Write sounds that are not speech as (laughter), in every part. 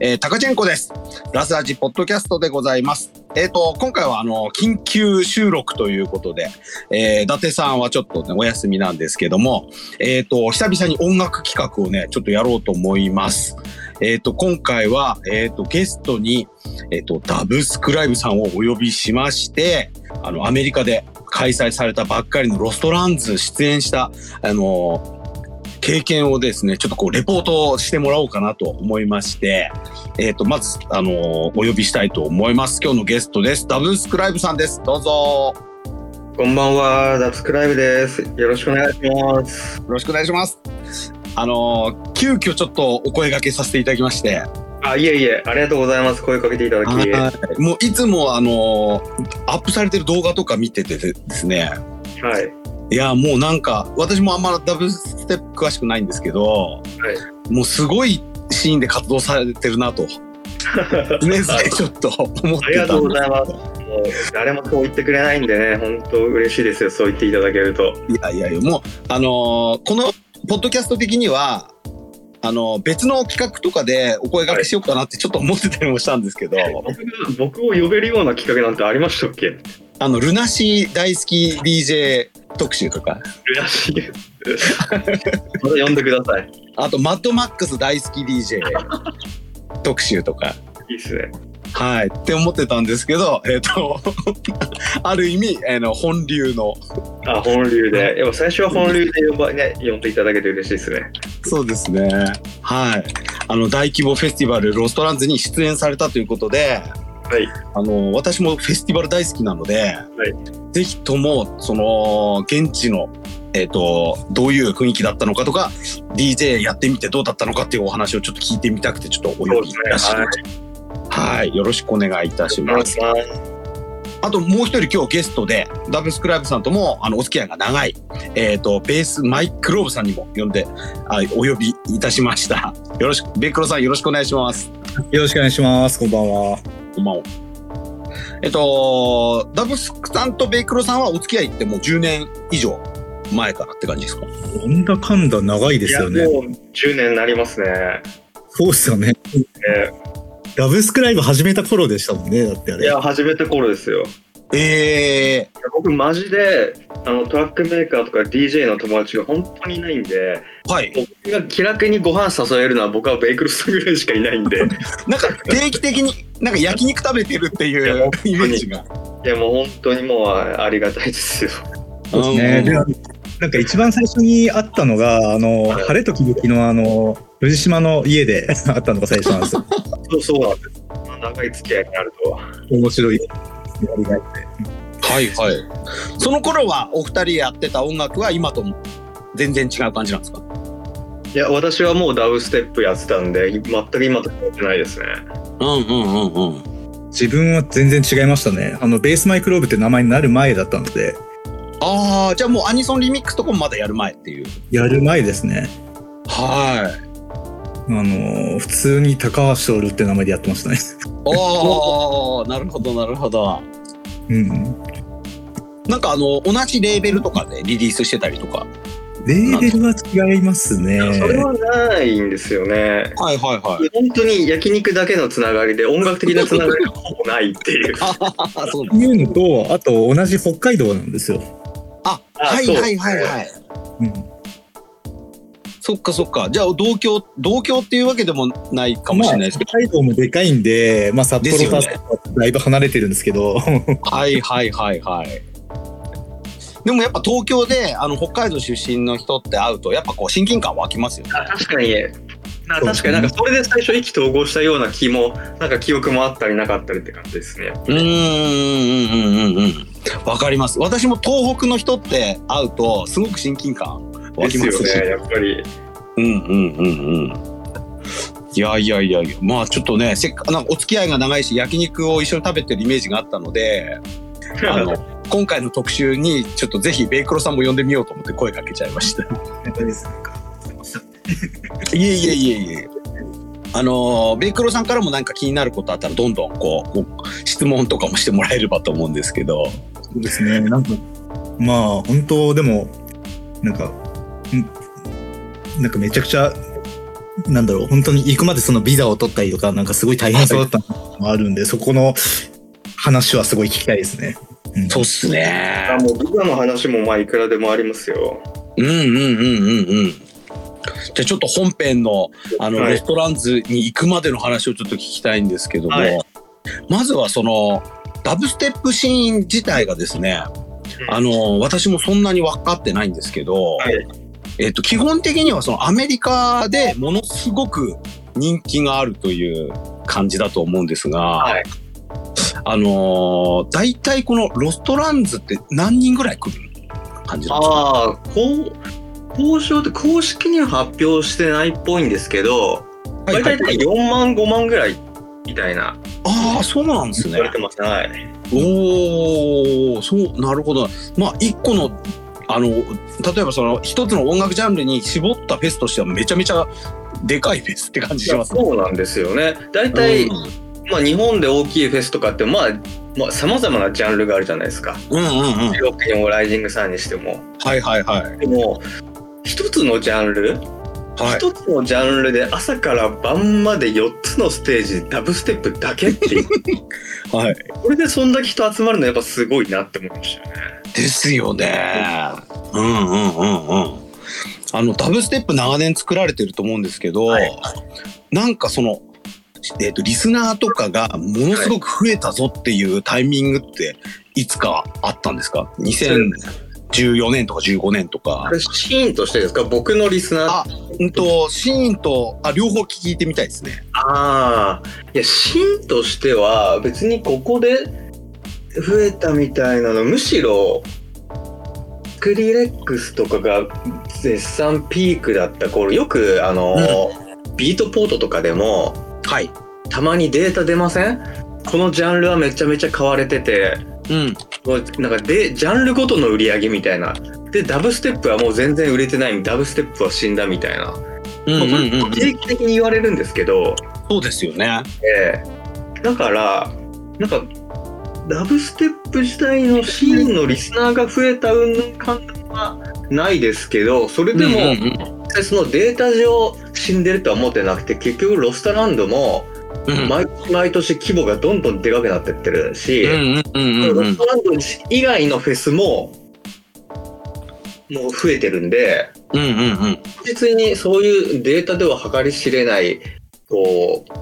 えー、タカチェンコです。ラスラジポッドキャストでございます。えっ、と、今回はあの、緊急収録ということで、えー、伊達さんはちょっとね、お休みなんですけども、えっ、と、久々に音楽企画をね、ちょっとやろうと思います。えっ、と、今回は、えっ、と、ゲストに、えっ、と、ダブスクライブさんをお呼びしまして、あの、アメリカで開催されたばっかりのロストランズ出演した、あの経験をですね、ちょっとこう、レポートをしてもらおうかなと思いまして、えっ、と、まず、あのーお呼びしたいと思います。今日のゲストです。ダブルスクライブさんです。どうぞ。こんばんは、ダツクライブです。よろしくお願いします。よろしくお願いします。あのー急遽ちょっとお声掛けさせていただきまして、あ、いえいえ、ありがとうございます。声かけていただき。ははいもういつもあのーアップされてる動画とか見ててですね、い。はい。いや、もうなんか、私もあんまダブルステップ詳しくないんですけど、もうすごいシーンで活動されてるな (laughs) と、ね、ちょっと思ってたんでありがとうございます。もう誰もこう言ってくれないんでね、本当嬉しいですよ。そう言っていただけると。いやいやいや、もう、あのーこのポッドキャスト的には、あのー別の企画とかでお声掛けしようかなってちょっと思ってたりもしたんですけど、僕が僕を呼べるような企画なんてありましたっけ？あの、ルナシー大好き DJ 特集とか、嬉しい。また呼んでください。あと、マッドマックス大好き DJ 特集とか、いいですね。はい、って思ってたんですけど、えっ、と、 (laughs) ある意味、あの、本流の、あ、本流で。でも最初は本流で呼ばね、呼んでいただけて嬉しいですね。そうですね。はい。あの、大規模フェスティバル、ロストランズに出演されたということで、はい。あの私もフェスティバル大好きなので、ぜひともその現地の、えっとどういう雰囲気だったのかとか DJ やってみてどうだったのかっていうお話をちょっと聞いてみたくてちょっとお呼びいたしそうまですはい、よろしくお願いいたしお願まいすし。ますあともう一人今日ゲストでダブルスクライブさんともあのお付き合いが長い、えっとベースマイクローブさんにも呼んであお呼びいたしました。よろしくベイクロさんよろしくお願いします。よろしくお願いします。こんばんは。こんばんは。えっと、ダブスさんとベイクロさんはお付き合いってもう10年以上前からって感じですかなんだかんだ長いですよいやね。もう10年になりますね。そうですよね。えラブスクライブ始めた頃でしたもんね。だってあーいれ。や、始めた頃ですよ。ええ僕マジであのトラックメーカーとか DJ の友達が本当にいないんではい。僕が気楽にご飯誘えるのは僕はベイクルさんぐらいしかいないん (laughs) でなんか定期的になんか焼肉食べてるっていうイメージが。いやもう本当にもうありがたいですよそうですね。でなんか一番最初に会ったのが、あの、晴れときぶきのあの、藤島の家で (laughs) 会ったのが最初なん (laughs) ですよ。そうそうなんです長い付き合いになるとは面白い。ありがはいはい。その頃はお二人やってた音楽は今とも全然違う感じなんですかいや私はもうダウステップやってたんで全く今と変わってないですねうんうんうんうん。自分は全然違いましたね。あの、ベースマイクローブって名前になる前だったので、ああ、じゃあもうアニソンリミックスとかもまだやる前っていう。やる前ですね。はい。あの、普通に高橋徹って名前でやってましたね。お (laughs) ー、なるほどなるほど。うん。なんかあの、同じレーベルとかでリリースしてたりとか。レーベルは違いますね。それはないんですよねはいはいは。本当に焼肉だけのつながりで音楽的なつながりがほぼないっていうあ、 (laughs) そうなっていうのと、あと同じ北海道なんですよ。あ、あはいそうはいはいはい。うん、そっかそっか。じゃあ、同居、同居っていうわけでもないかもしれないですけまあ北海道もでかいんで、まあ、札幌でからすよだいぶ離れてるんですけど、ど。 (laughs) はいはいはいはい。でもやっぱ東京で、あの、北海道出身の人って会うと、やっぱこう、親近感湧きますよね。確かにな確かになんかそれで最初意気投合したような気もなんか記憶もあったりなかったりって感じですねうんうんうんうんうん。わかります。私も東北の人って会うと、すごく親近感湧できすますよし。ねやっぱりうんうんうんうん。いやいやいやいや、まあちょっとね、せっかなんかお付き合いが長いし、焼肉を一緒に食べてるイメージがあったので、あ (laughs) の今回の特集に、ちょっとぜひ、ベイクロさんも呼んでみようと思って声かけちゃいました。いえいえいえいえ。あのーベイクロさんからもなんか気になることあったらどんどんこうこう質問とかもしてもらえればと思うんですけどそうですね、なんか、まあ、本当、でも、なんか、んなんかめちゃくちゃなんだろう、本当に行くまでそのビザを取ったりとか、なんかすごい大変そうだったのもあるんで、そこの話はすごい聞きたいですね。うんそうっすねあ。もうビザの話もまあいくらでもありますよ。うんうんうんうんうん。じゃあちょっと本編のあのはいレストランズに行くまでの話をちょっと聞きたいんですけども、はいまずはそのダブステップシーン自体がですね、うんあの私もそんなに分かってないんですけど、はいえっと基本的にはそのアメリカでものすごく人気があるという感じだと思うんですが、はいあのー大体このロストランズって何人ぐらい来る感じなんですかああ、こう交渉って公式には発表してないっぽいんですけど、はい大体はい4万、5万ぐらいみたいな、ああそうなんですね言われ。てますね。はい。おおそうなるほどまあ一個のあの例えばその一つの音楽ジャンルに絞ったフェスとしてはめちゃめちゃでかいフェスって感じしますね。そうなんですよね。大体、うんまあ、日本で大きいフェスとかって、まあ、まあ、様々なジャンルがあるじゃないですか。うんうんうん。ロックにもライジングサンにしても。はいはいはい。でも、一つのジャンル、はい、一つのジャンルで朝から晩まで4つのステージ、ダブステップだけって (laughs) いう。はい、これでそんだけ人集まるのやっぱすごいなって思いましたよね。ですよね。うんうんうんうん。あのダブステップ長年作られてると思うんですけど、はいなんかその、えー、とリスナーとかがものすごく増えたぞっていうタイミングっていつかあったんですか ?2014 年とか15年とかあ。れシーンとしてですか僕のリスナーあうんと、シーンと、あ、両方聞いてみたいですね。ああいやシーンとしては別にここで増えたみたいなのむしろスクリレックスとかが絶賛ピークだった頃よくあの、ビートポートとかでもはい。たまにデータ出ませんこのジャンルはめちゃめちゃ買われててうん。もうなんかでジャンルごとの売り上げみたいなでダブステップはもう全然売れてないダブステップは死んだみたいな、うんうんうん、まあこれ定期的に言われるんですけど、そうですよね。ええだからなんかダブステップ自体のシーンのリスナーが増えた云々感はないですけどそれでも、うんうん実際そのデータ上死んでるとは思ってなくて結局ロスタランドもうんうん毎毎年規模がどんどんでかくなってってるし、うんうんうんうロんスタランド以外のフェスももう増えてるんでうんうんうん実にそういうデータでは計り知れないこう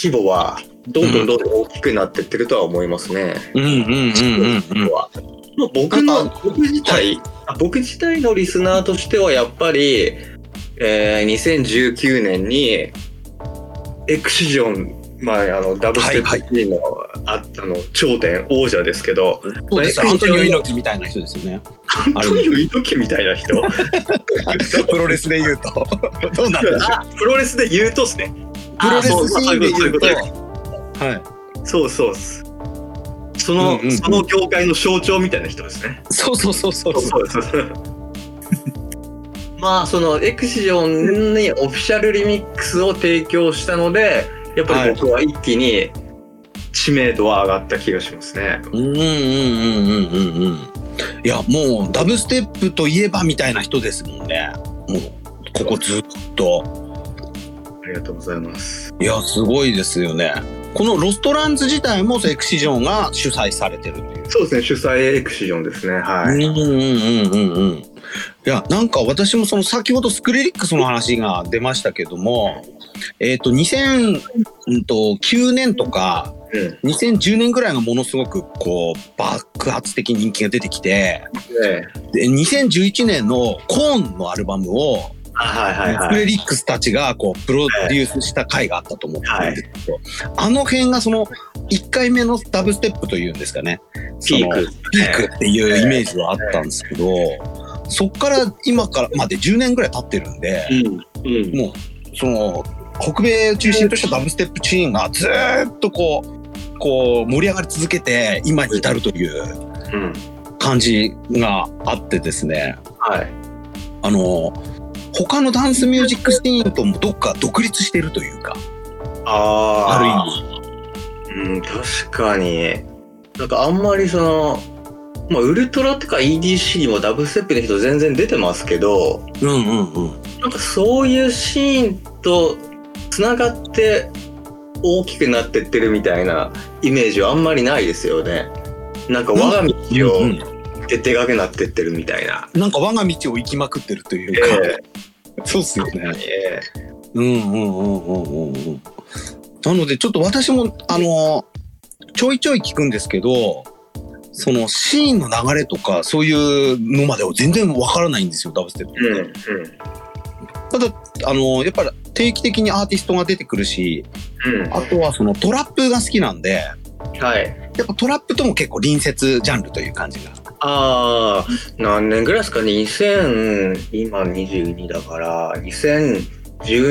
規模はどんどんどんどん大きくなってってるとは思いますね。うんうんうんうんうんはまあ僕なのん僕自体、僕自体のリスナーとしてはやっぱり、えー2019年にエクシジョンまあ、あのダブステはいップ G の,、あったの頂点王者ですけどそうですよアントニオ猪木みたいな人ですよね。本当に猪木みたいな人 (laughs) プロレスで言うと。どうなんだあプロレスで言うとですねプロレスシーンでそう言いうう。こととはい。そうそうっす。そうの、んうんうんその業界の象徴みたいな人ですね。そうそうそうそう。うそうそう。まあそのエクシジョンにオフィシャルリミックスを提供したので、やっぱり僕は一気に知名度は上がった気がしますね。うんうんうんうんうんうん。いや、もうダブステップといえばみたいな人ですもんね。もう、ここずっと。ありがとうございます。いや、すごいですよね。このロストランズ自体もセクシジョンが主催されてるっていう。そうですね、主催エクシジョンですね。はい。うんうんうんうんうん。いや、なんか私もその先ほどスクリリックスの話が出ましたけども、えっ、と、2009年とか、うん2010年ぐらいがものすごくこう爆発的に人気が出てきて、でで2011年のコーンのアルバムをあはいはいスクはい。レリックスたちがこうプロデュースした回があったと思うんですけど、あの辺がその1回目のダブステップというんですかねピークその。ピークっていうイメージはあったんですけど、そっから今からまで10年ぐらい経ってるんで、うん。うん。もうその北米を中心としたダブステップチーンがずーっとこうこう盛り上がり続けて今に至るといううん。感じがあってですね、はい。あの他のダンスミュージックシーンともどっか独立してるというかああ。ある意味うん、確かに。なんかあんまりその、まあ、ウルトラとか EDC にもダブステップの人全然出てますけど、うんうんうん。なんかそういうシーンとつながって大きくなってってるみたいなイメージはあんまりないですよね。なんか我が道をうんででかくなってってるみたいな。なんか我が道を行きまくってるというか、えそうっすよね。えうんうんうんうんうんうん。なのでちょっと私もあのちょいちょい聞くんですけどそのシーンの流れとかそういうのまでは全然わからないんですよダブステップ、うんただあのやっぱり定期的にアーティストが出てくるしうんうんあとはそのトラップが好きなんではい。やっぱトラップとも結構隣接ジャンルという感じがああ何年ぐらいですかね2000今22だから2010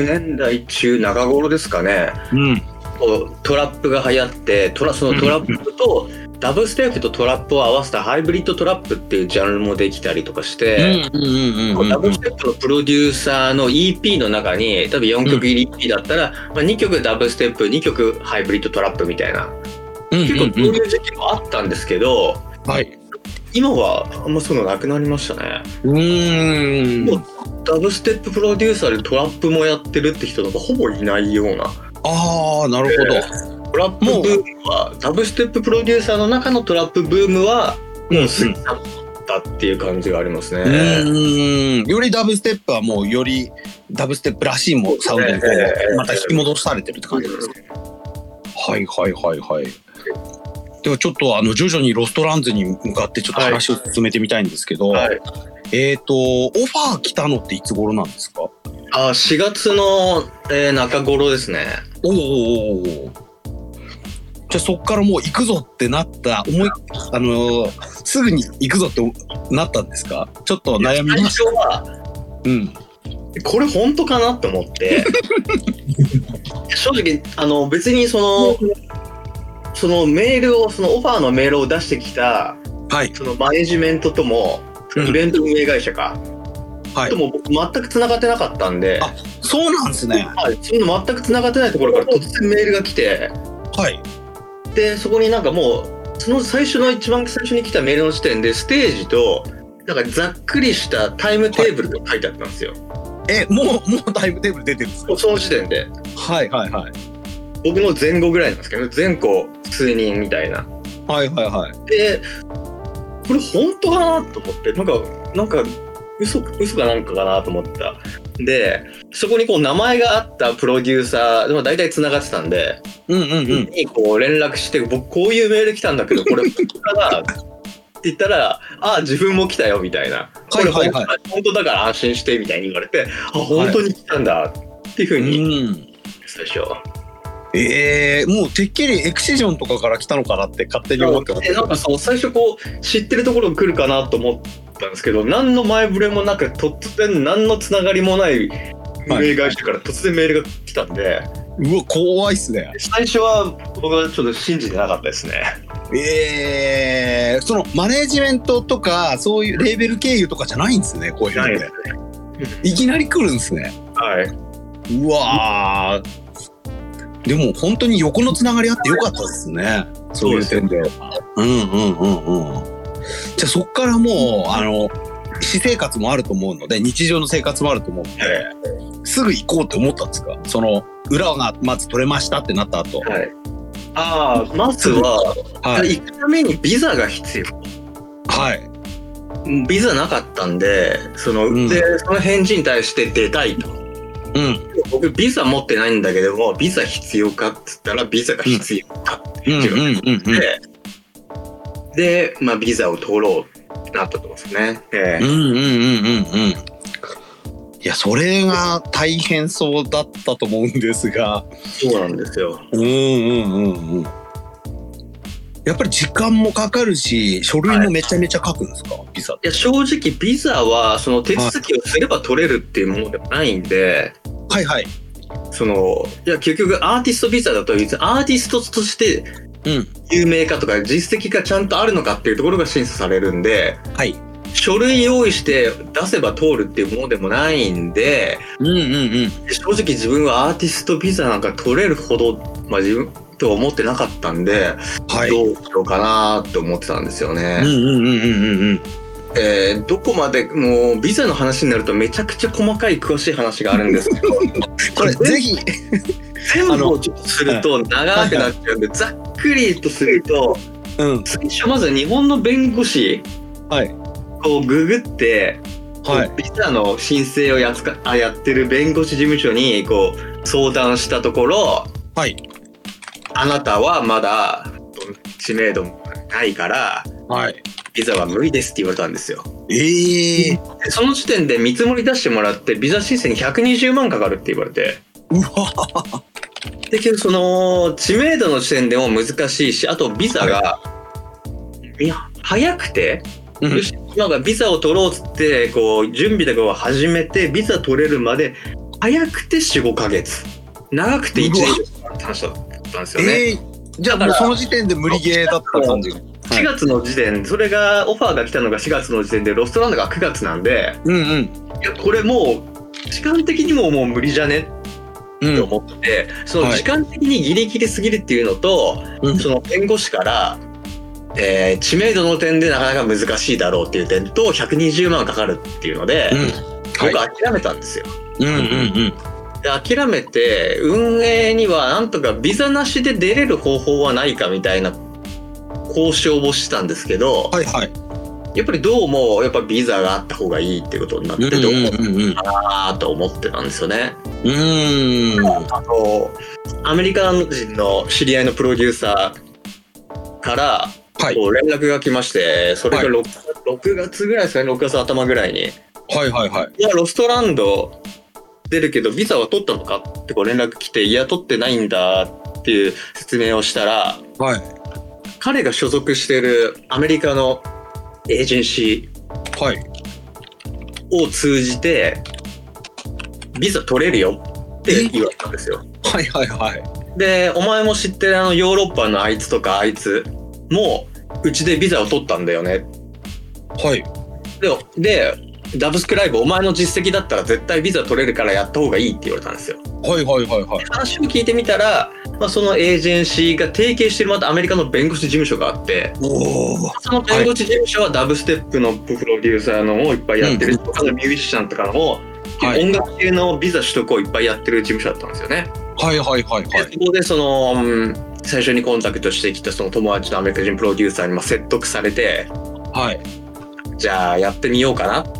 年代中中頃ですかね。うんこうトラップが流行ってトラそのトラップとダブステップとトラップを合わせたハイブリッドトラップっていうジャンルもできたりとかして、うんうんうんこううんダブステップのプロデューサーの EP の中に多分4曲入り EP だったら、まあ、2曲ダブステップ2曲ハイブリッドトラップみたいなうん結構そううんいう時期もあったんですけど、うんはい今はあんまそういうのなくなりましたねうーんもうダブステッププロデューサーでトラップもやってるって人なんかほぼいないようなああなるほど、トラップブームはダブステッププロデューサーの中のトラップブームはもう過ぎ去ったっていう感じがありますね。うーんよりダブステップはもうよりダブステップらしいもうサウンドにこええうまた引き戻されてるって感じですね。はいはいはいはい。ではちょっとあの徐々にロストランズに向かってちょっと話を進めてみたいんですけど、はい、えっ、とオファー来たのっていつ頃なんですか？おあ4月の、えー中頃ですね。おおおお。じゃあそっからもう行くぞってなった思いあのーすぐに行くぞってなったんですか？ちょっと悩み最まし初はた。うん。これ本当かなって思って (laughs) 正直あの別にそのそのメールをそのオファーのメールを出してきたはいそのマネジメントともうんイベント運営会社か、はいと。も僕全く繋がってなかったんで。あそうなんですね。はい、そういうの全く繋がってないところから突然メールが来てはい。でそこになんかもうその最初の一番最初に来たメールの時点でステージとなんかざっくりしたタイムテーブルが書いてあったんですよ、え、もう、もうタイムテーブル出てるんですかもうその時点ではいはいはい。僕の前後ぐらいなんですけど前後数人みたいなはいはいはい。でこれ本当かなと思ってなんかなんか嘘嘘かなんかかなと思ったでそこにこう名前があったプロデューサーでも大体繋がってたんでうんうんうん。にこう連絡して、僕こういうメール来たんだけど、これ本当だなって言ったら、ああ、自分も来たよみたいな、これはい本はいは当だから安心してみたいに言われて、あ、本当に来たんだっていうふううに、ん。最初。えー、もうてっきりエクシジョンとかから来たのかなって勝手に思ってまでなんかそう、最初こう、知ってるところ来るかなと思ったんですけど、何の前触れもなく、突然何のつながりもない。運営会社から突然メールが来たんで、うわ、怖いっすね。最初は僕はちょっと信じてなかったですね。えー、そのマネージメントとか、そういうレーベル経由とかじゃないんですね、こういうのっないてですね。いきなり来るんですね。はい。うわー。でも本当に横のつながりあってよかったですね。そういう点で。うんうんうんうん。じゃあそっからもう、あの、私生活もあると思うので、日常の生活もあると思うので、すぐ行こうって思ったんですかその、裏がまず取れましたってなった後。はい。ああ、まずは、はい。行くためにビザが必要。はい。ビザなかったんで、その、うんで、その返事に対して出たいと。うん。僕、ビザ持ってないんだけども、ビザ必要かっつったら、ビザが必要かうんうんうんって、で、まあ、ビザを取ろうってなったと思うんですよね。えうん。うんうんうんうんうん。いや、それが大変そうだったと思うんですが。えそうなんですよ。うんうんうんうん。やっぱり時間もかかるし、書類もめちゃめちゃ書くんですか、ビザ。いや、正直、ビザは、その手続きをすれば取れるっていうものでもないんで、はいはい。その、いや、結局、アーティストビザだと、別にアーティストとしてうん。有名かとか実績がちゃんとあるのかっていうところが審査されるんではい。書類用意して出せば通るっていうものでもないんでうんうんうん。正直自分はアーティストビザなんか取れるほど、まあ、自分とは思ってなかったんで、はい。どうしようかなって思ってたんですよね。うんうんうんうんうんうん。えーどこまでもうビザの話になるとめちゃくちゃ細かい詳しい話があるんですけど (laughs) これぜひ、全あ部のをちょっとすると長くなっちゃうんでざっくりとするとうん。最初まず日本の弁護士はいこうググって、はい。ビザの申請をやつかあやってる弁護士事務所にこう相談したところ、はいあなたはまだ知名度もないからはい。ビザは無理ですって言われたんですよ。ええでその時点で見積もり出してもらってビザ申請に120万かかるって言われてうわ。で結局その知名度の時点でも難しいしあとビザが、いや早くて、うんよしなんかビザを取ろうっつってこう準備とかを始めてビザ取れるまで早くて45か月長くて1年って話だったんですよね。ええじゃあもうその時点で無理ゲーだった感じ。うんはい4月の時点、それがオファーが来たのが4月の時点でロストランドが9月なんでうん。いやこれもう時間的にももう無理じゃねうってん。思って、そのはい時間的にギリギリすぎるっていうのと、うんその弁護士から、えー知名度の点でなかなか難しいだろうっていう点と120万かかるっていうので、うん。僕諦めたんですよ。うんうんで諦めて運営にはなんとかビザなしで出れる方法はないかみたいな交渉をしたんですけど、はいはい。やっぱりどうもやっぱビザがあった方がいいってことになってどうもうんうん。なーと思ってたんですよね。うん。あのアメリカ人の知り合いのプロデューサーから、はいこう連絡が来ましてそれはがい 6,、6月ぐらいですかね6月頭ぐらいに「はいはいはい。いやロストランド出るけどビザは取ったのか?」ってこう連絡来て「いや取ってないんだ」っていう説明をしたらはい彼が所属してるアメリカのエージェンシはい。ーを通じてビザ取れるよって言われたんですよ。はいはいはい。でお前も知ってるあのヨーロッパのあいつとかあいつもうちでビザを取ったんだよねはい。ででダブスクライブお前の実績だったら絶対ビザ取れるからやった方がいいって言われたんですよはいはいはいはい。話を聞いてみたら、まあ、そのエージェンシーが提携してるまたアメリカの弁護士事務所があっておお。その弁護士事務所はダブステップのプロデューサーのをいっぱいやってる、他のミュージシャンとかのも、はい音楽系のビザ取得をいっぱいやってる事務所だったんですよねはいはいはいはでそこでその、うん最初にコンタクトしてきたその友達のアメリカ人プロデューサーにまあ説得されてい。はい。じゃあやってみようかなって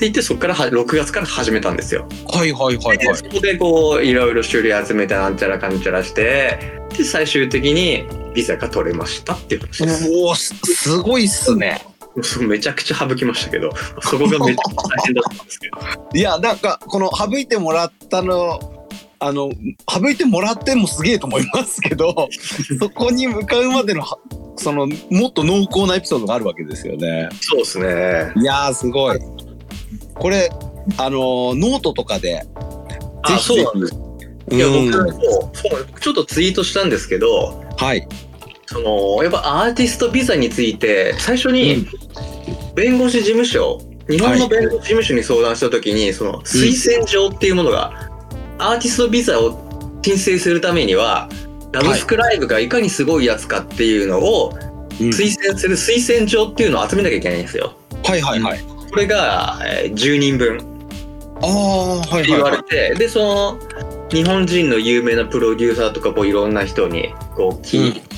言ってそこからは6月から始めたんですよ。はいはいはいではいそ。こでこういろいろ種類集めてなんちゃらかんちゃらしてで最終的にビザが取れましたっていう話です。おお、すすごいっすね。そうめちゃくちゃ省きましたけどそこがめちゃくちゃ大変だったんですけどいや、なんか、この省いてもらったの。あの省いてもらってもすげえと思いますけ (laughs) どそこに向かうまでのはそのもっと濃厚なエピソードがあるわけですよね。そうですね。いやーすごい。これあのーノートとかであぜひそうなんです。いやうん僕もそうちょっとツイートしたんですけど、はい。そのやっぱアーティストビザについて最初に弁護士事務所、日本の弁護士事務所に相談した時にその推薦状っていうものが、アーティストビザを申請するためにはラブスクライブがいかにすごいやつかっていうのをうん推薦する推薦状っていうのを集めなきゃいけないんですよ。はいはいはい。これがえー10人分ってああはいはい言わはれい。て、でその日本人の有名なプロデューサーとかこういろんな人にこう聞いて。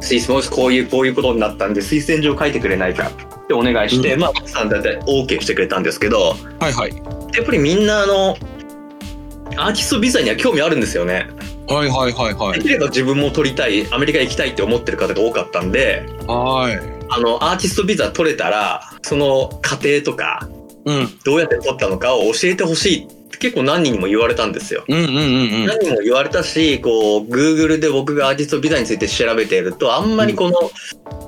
推薦もしこういうこういうことになったんで推薦状書いてくれないかってお願いして、うまあ奥さんだって OK してくれたんですけどうんはいはいやっぱりみんなあのアーティストビザには興味あるんですよね。はいはいはいはでいきれば自分も取りたいアメリカ行きたいって思ってる方が多かったんではい。あのアーティストビザ取れたらその過程とかうんどうやって取ったのかを教えてほしいって結構何人にも言われたんですよ。うんうんうんうん。何人も言われたしこう Google で僕がアーティストビザについて調べているとあんまりこの、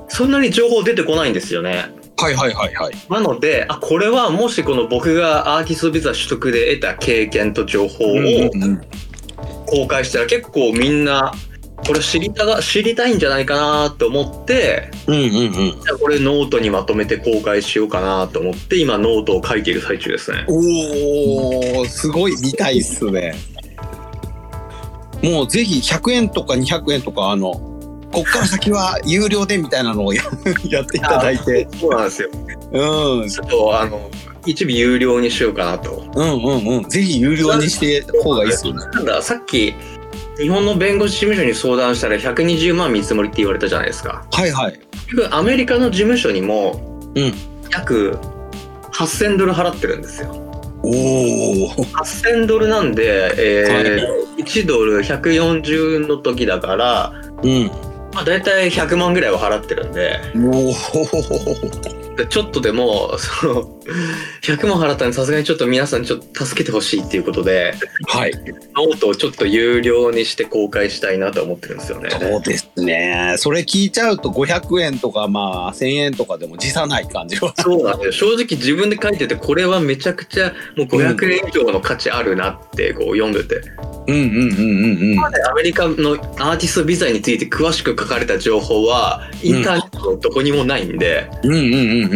そんなに情報出てこないんですよね。はいはいはいはい。なのであこれはもしこの僕がアーティストビザ取得で得た経験と情報をうんうん公開したら結構みんなこれ知りたが知りたいんじゃないかなと思ってうんうんうん。じゃあこれノートにまとめて公開しようかなと思って今ノートを書いている最中ですね。おお、すごい見たいっすね。もうぜひ100円とか200円とかあのこっから先は有料でみたいなのをや (laughs) やっていただいて、そうなんですよ。うん、ちょっと、あの、一部有料にしようかなと。うんうんうんぜひ有料にして方がいいですよね。なんだ、さっき、日本の弁護士事務所に相談したら120万見積もりって言われたじゃないですか。はいはい。結局アメリカの事務所にも、うん約8000ドル払ってるんですよ。おお。 8000ドルなんで、えー1ドル140の時だから、うん。まあ、大体100万ぐらいは払ってるんでおお。でちょっとでもその100万払ったんでさすがにちょっと皆さんちょっと助けてほしいっていうことではい。ノートをちょっと有料にして公開したいなと思ってるんですよね。そうですね。それ聞いちゃうと500円とかまあ1000円とかでも辞さない感じは。そうなんですよ正直自分で書いててこれはめちゃくちゃもう500円以上の価値あるなってこう読んでてうんうんうんうんうん。でアメリカのアーティストビザについて詳しく書かれた情報はインターネットのどこにもないんで、うんうんうんうんうん。こ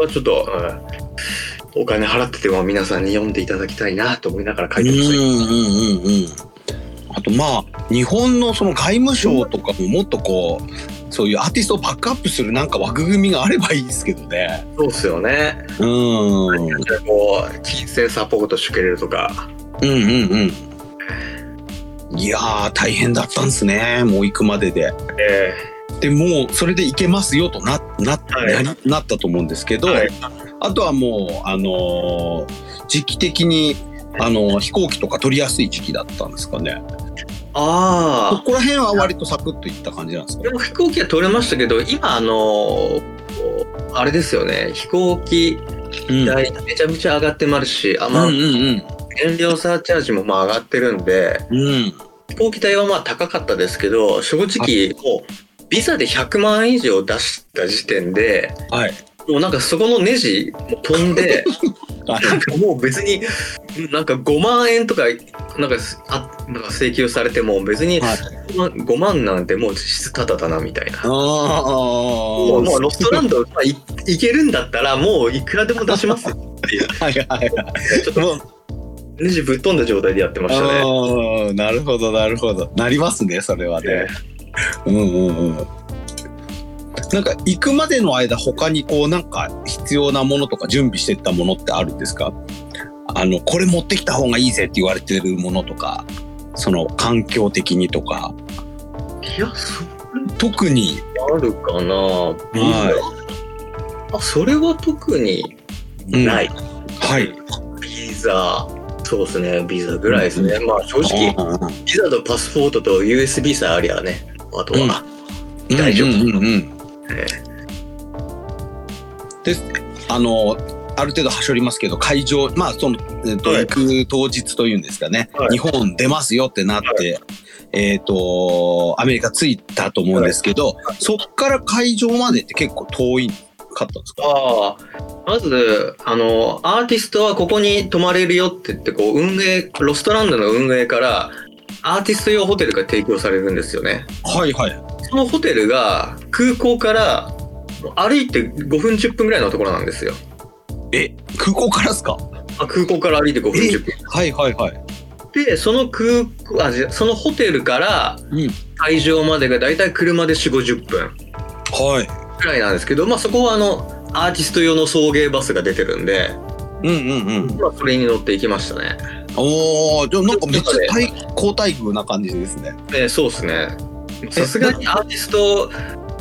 れはちょっと、うんお金払ってても皆さんに読んでいただきたいなと思いながら書ういんてましたうんうんうん。あとまあ日本のその外務省とかももっとこうそういうアーティストをバックアップするなんか枠組みがあればいいですけどね。そうですよね。うん。うんこう金銭サポートしてくれるとか。うんうん。いやー大変だったんですね。もう行くまでで。えでもうそれでいけますよとなな,、はいなりなったと思うんですけど、はいあとはもう、あのー時期的に、あのー飛行機とか取りやすい時期だったんですかねーこああ。こら辺は割とサクッといった感じなんですかでも飛行機は取れましたけど、今あのこうあれですよね。飛行機うんうん代めちゃめちゃ上がってますし、あまあうんうん燃料サーチャージもまあ上がってるんで、うん飛行機代はまあ高かったですけど、正直もうビザで100万円以上出した時点で、はいもうなんかそこのネジ飛んで。 (laughs) はいなんかもう別に、なんか5万円とか、なんかすあなんか請求されても、別にはい5万なんてもう実質ただだなみたいな。あもうもうーロストランド、まあ、いいけるんだったら、もういくらでも出しま (laughs) すよっていう、はいはいはちょっいもうとネジぶっ飛んだ状態でやってましたね。あーなるほどなるほどなりますねそれはねうえんうんうんなんか行くまでの間他にこうなんか必要なものとか準備してったものってあるんですかあのこれ持ってきた方がいいぜって言われてるものとかその環境的にとかーいや、そ特にうあるかな、あ、それは特にうんない。はいビザ、そうですね、ビザぐらいですね。まあ正直、ビザとパスポートと USB さえありゃね、あとは。うん大丈夫うんうんうんえであのある程度はしょりますけど会場まあその、えっとはい行く当日というんですかね、はい日本出ますよってなって、えっ、とアメリカ着いたと思うんですけど、そっから会場までって結構遠いかったんですかああまずあのアーティストはここに泊まれるよって言ってこう運営ロストランドの運営からアーティスト用ホテルが提供されるんですよねはいはいそのホテルが空港からもう歩いて5分10分ぐらいのところなんですよえ空港からですかあ空港から歩いて5分10分はいはいはいでその空港あじゃそのホテルからうん会場までがだいたい車で4 5 0分はいぐらいなんですけど、まあ、そこはあのアーティスト用の送迎バスが出てるんで、うんうんうんまあ、それに乗っていきましたねおおじゃあなんかめっちゃ大好待遇な感じですねえーそうですね。さすがにアーティスト、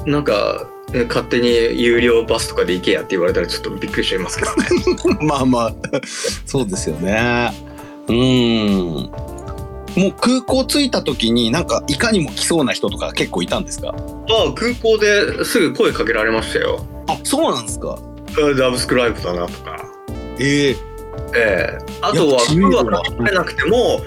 なんか、えー勝手に有料バスとかで行けやって言われたらちょっとびっくりしちゃいますけ (laughs) どね。まあまあ (laughs) そうですよねうんもう空港着いた時になんかいかにも来そうな人とか結構いたんですかあ空港ですぐ声かけられましたよ。あそうなんですかあダブスクライブだなとか。ええええあとやっは、ぱ知名服度がはかけなくても、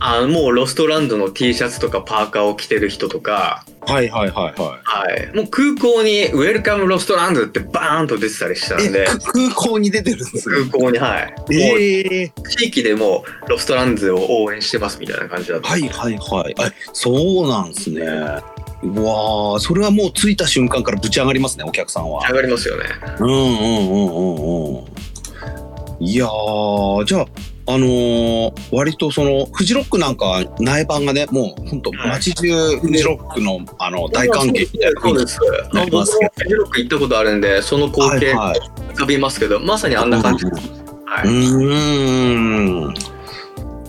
あもうロストランドの T シャツとかパーカーを着てる人とか、はいはいはいははい、もう空港に「ウェルカムロストランド」ってバーンと出てたりしたんえでく空港に出てるんです空港にはい、もうええ地域でもうロストランドを応援してますみたいな感じだったはいはいはいあそうなんですねうわーそれはもう着いた瞬間からぶち上がりますねお客さんは上がりますよね。うんうんうんうんうんいやーじゃああのー割とそのフジロックなんか苗版がねもう本当街中フジロックのあの大歓迎みたいなそう雰囲で気す。な僕りまもすけどフジロック行ったことあるんで、その光景はいはい浮かびますけど、まさにあんな感じ。うはんうい。ーん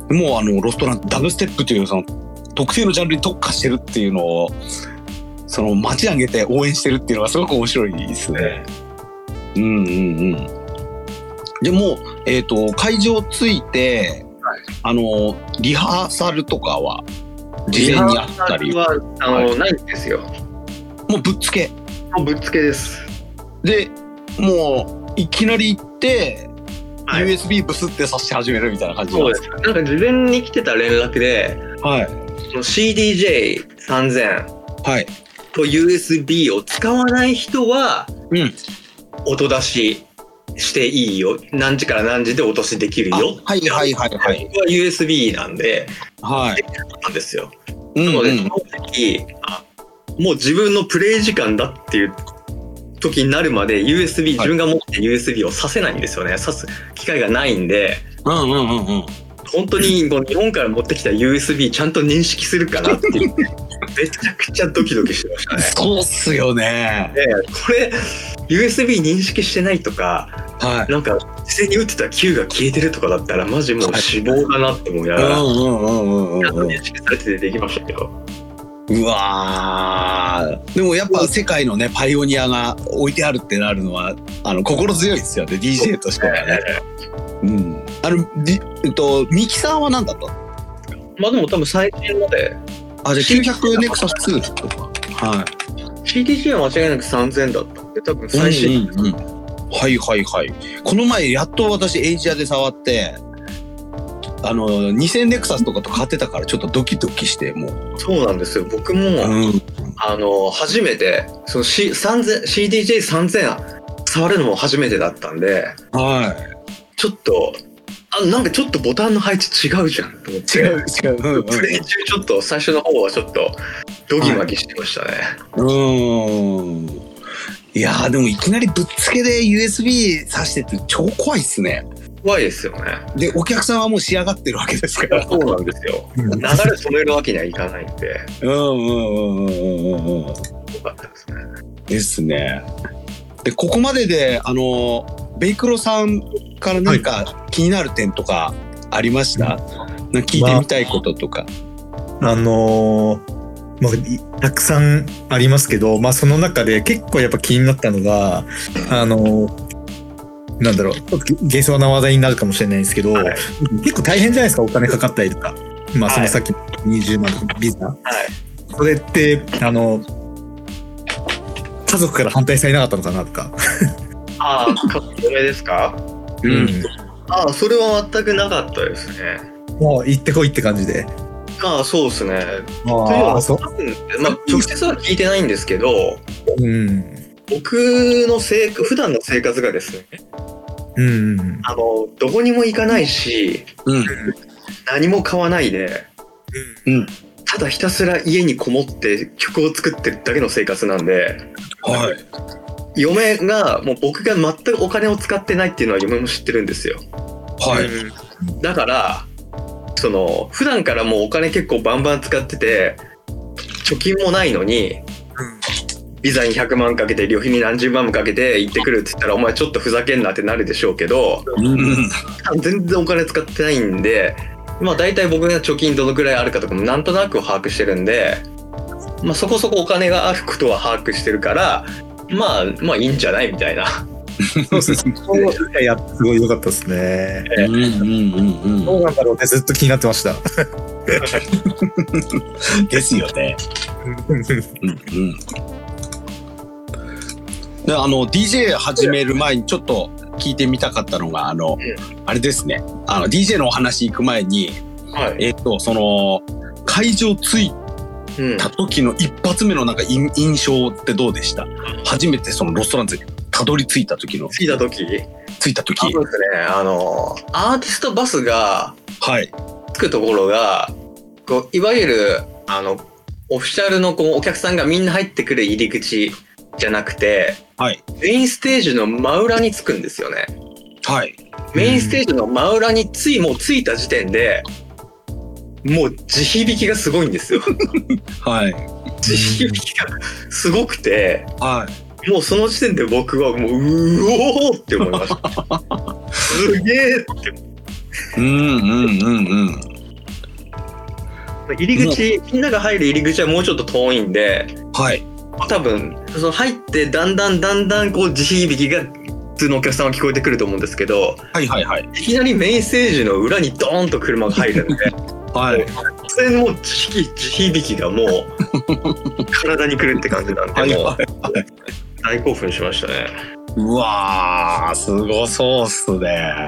もうあのロストランダブステップというその特定のジャンルに特化してるっていうのをその街上げて応援してるっていうのがすごく面白いですね。うんうんうん。でもうえっ、と会場着いて、あのリハーサルとかは事前にあったりリもハーサルはあの、ないんですよ。うぶっつけもうぶっつけです。でもういきなり行って、はい USB ブスってさして始めるみたいな感じなんそうでですす。なんか事前に来てた連絡で、はいその CDJ3000 はい。と USB を使わない人は、うん音出ししていいよ。何時から何時で落としできるあよ。はいはいはいはい。僕は USB なんで、はい。なんですよ。うんなのうで、そんの時、あもう自分のプレイ時間だっていう時になるまで USB、自分が持って USB をさせないんですよね。さす機会がないんで、うんうんうんうん。本当 (laughs) にこの日本から持ってきた USB ちゃんと認識するかなって (laughs) いう、めちゃくちゃドキドキしてましたね。そうっすよね。でこれ USB 認識してないとかはい。なんか事前に打ってた Q が消えてるとかだったらマジもう死亡だなって思いながら、うんうんうんちゃんとうん認識されててできましたけどうん。うわーでもやっぱ世界のねパイオニアが置いてあるってなるのはあの心強いですよね DJ としてはね。うん。あのじえっとミキサーは何だったの？まあでも多分最近まであじゃあ900ネクサス2とか。はい。 CDG は間違いなく3000だったんで多分最新、うんうんうんはいはいはいこの前やっと私エイジアで触ってあの2000ネクサスとかと買ってたからちょっとドキドキしてもう、そうなんですよ僕も、うん、あの初めてその、C、CDJ3000 触れるのも初めてだったんではちょっとあなんかちょっとボタンの配置違うじゃんと思っいて違う違ううんプレイ中ちょっと最初の方はちょっとドギマギしてましたね、うんうんいやーでもいきなりぶっつけで USB 挿してって超怖いっすね怖いですよねでお客さんはもう仕上がってるわけですからそうなんですよ流れ止めるわけにはいかないんでうんうんうんうんうんうんよかったですねですね。でここまでであのベイクロさんから何か気になる点とかありました？なんか聞いてみたいこととか。あのーまあい、たくさんありますけど、まあ、その中で結構やっぱ気になったのが、あのーなんだろう、ちょっと下層な話題になるかもしれないんですけど、はい結構大変じゃないですか、お金かかったりとか。まあ、そのさっきの20万のビザ。それって、あの、家族から反対されなかったのかなとか。ああカット目ですうかああそれは全くなかったですねもう行ってこいって感じで。ああそうですねというのあはそう。多分まあ、直接は聞いてないんですけどうん。僕の生活普段の生活がですねうん。あのどこにも行かないしうん何も買わないでうんただひたすら家にこもって曲を作ってるだけの生活なんではい。嫁がもう僕が全くお金を使ってないっていうのは嫁も知ってるんですよはい。だからその普段からもうお金結構バンバン使ってて貯金もないのにビザに100万かけて旅費に何十万もかけて行ってくるって言ったらお前ちょっとふざけんなってなるでしょうけどうん全然お金使ってないんでまあ大体僕が貯金どのくらいあるかとかもなんとなく把握してるんで、まあ、そこそこお金があることは把握してるからまあまあいいんじゃないみたいな。そうですね。いや、すごい良かったですね。うんうんうんどうなんだろうね、ずっと気になってました。うん。ですよね。うんうん。であの DJ 始める前にちょっと聞いてみたかったのがあの、あれですね。あの DJ のお話行く前にはいえっ、とその会場着いうんた時の一発目のなんか印印象ってどうでした初めてそのロストランズにたどり着いた時の着いた時着いたあ時そうですねあのアーティストバスがはい着くところがこういわゆるあのオフィシャルのこうお客さんがみんな入ってくる入り口じゃなくてはいメインステージの真裏に着くんですよねはいメインステージの真裏についもう着いた時点でもう地響きがすごいんですよはい。地響きがすごくてはい。もうその時点で僕はもううおーって思いました (laughs) すげえうんうんうんうん。入り口みんなが入る入り口はもうちょっと遠いんではい。多分その入ってだんだんだんだんこう地響きが普通のお客さんは聞こえてくると思うんですけどはいはいはい。いきなりメインステージの裏にドーンと車が入るん (laughs) ではい。それのもう地響き地響きがもう体にくるって感じなんで、はいもはう大興奮しましたねうわー、すごそうっすね。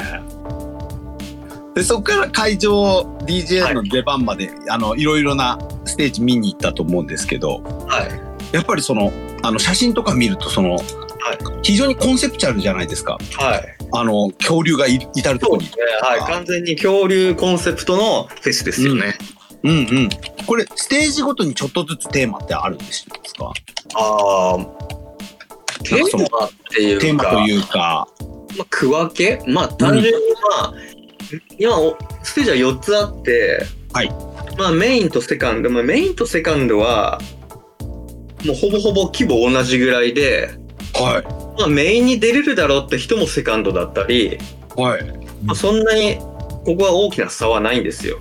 で、そこから会場、DJ の出番まで、い、あの、いろいろなステージ見に行ったと思うんですけど、はいやっぱりその、あの、写真とか見ると、その、非常にコンセプチュアルじゃないですか。はいあの、恐竜がい至るところそうでにす。ねはい完全に恐竜コンセプトのフェスですよね、うんうん。これ、ステージごとにちょっとずつテーマってあるんですかああテなんかそのーマっていうかテーマというか。まあ、区分けまあ単純にまあ、今おステージは4つあって、はいまあ、メインとセカンド、まあ、メインとセカンドはもうほぼほぼ規模同じぐらいで、はまあ、メインに出れるだろうって人もセカンドだったり、い。はい。まあ、そんなにここは大きな差はないんですよ。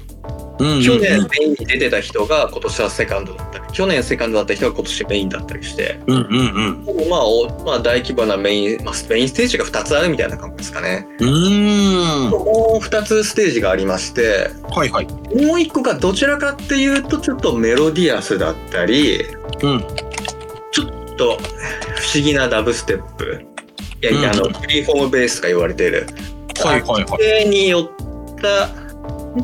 うん、うん。去年メインに出てた人が今年はセカンドだったり去年セカンドだった人が今年メインだったりして、うんうんほぼまあおまあ、大規模なメイン、まあ、メインステージが2つあるみたいな感じですかね。うん。うーん。もう2つステージがありましてはいはい。もう1個がどちらかっていうとちょっとメロディアスだったりうん。ちょっと不思議なダブステップいやいや、うんあのフリーフォームベースとか言われてるはいはいはい。それによった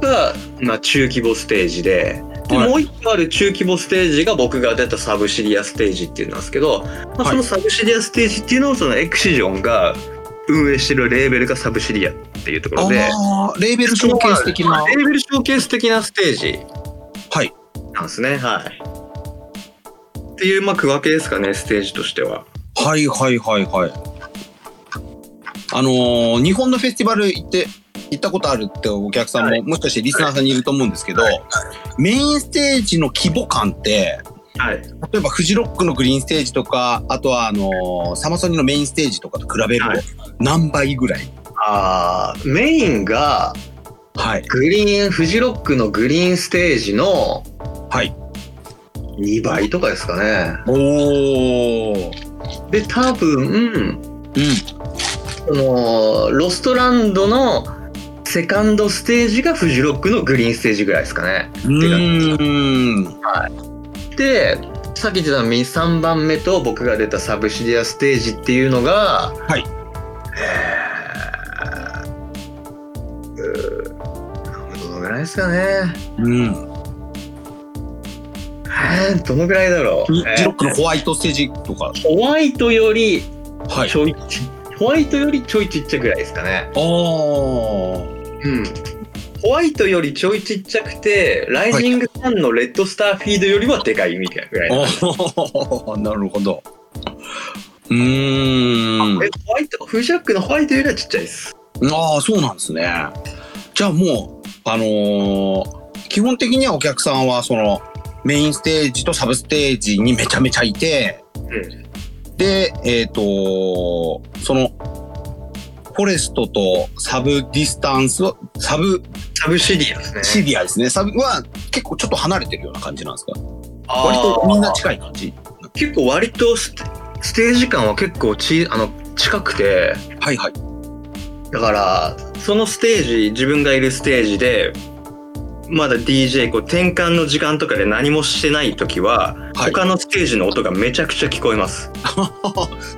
が、まあ、中規模ステージでで、はいもう1個ある中規模ステージが僕が出たサブシリアステージっていうのなんですけど、まあ、はいそのサブシリアステージっていうのをそのエクシジョンが運営してるレーベルがサブシリアっていうところで。ああ、レーベルショーケース的な。レーベルショーケース的なステージはい。なんですね。はい。っていう、まあ、区分けですかね、ステージとしては。はいはいはいはい。あのー日本のフェスティバル行って、行ったことあるってお客さんも、はもしかしてリスナーさんにいると思うんですけど、はいメインステージの規模感って、はい。例えばフジロックのグリーンステージとか、あとはあのーサマソニのメインステージとかと比べるとはい、何倍ぐらいあーメインが、はい。グリーン、フジロックのグリーンステージのはい。 2倍とかですかね。おー。で、多分、うん。その、ロストランドのセカンドステージがフジロックのグリーンステージぐらいですかね。うーん。でさっき言ってた3番目と僕が出たサブシリアステージっていうのがはいえーうーどのぐらいですかねうん。えーどのぐらいだろう、フジロックのえホワイトステージとか。ーホワイトよりはい。ちょいちホワイトよりちょいちっちゃくらいですかねおー。うんホワイトよりちょいちっちゃくてライジングサンのレッドスターフィードよりはでかいみたいなぐらいのお (laughs) おなるほど。うーんえ。ホワイトフジロックのホワイトよりはちっちゃいですああ、そうなんですね。じゃあもう、あのー基本的にはお客さんはそのメインステージとサブステージにめちゃめちゃいて、で、えっ、とその、フォレストとサブディスタンスは、サブサブシリアスねシリアですね。サブは結構ちょっと離れてるような感じなんですか割割とみんな近い感じ結構割とステステージ感は結構ちあの近くてはい (laughs) はい。だからそのステージ自分がいるステージでまだ DJ こう転換の時間とかで何もしてない時は、はい他のステージの音がめちゃくちゃ聞こえます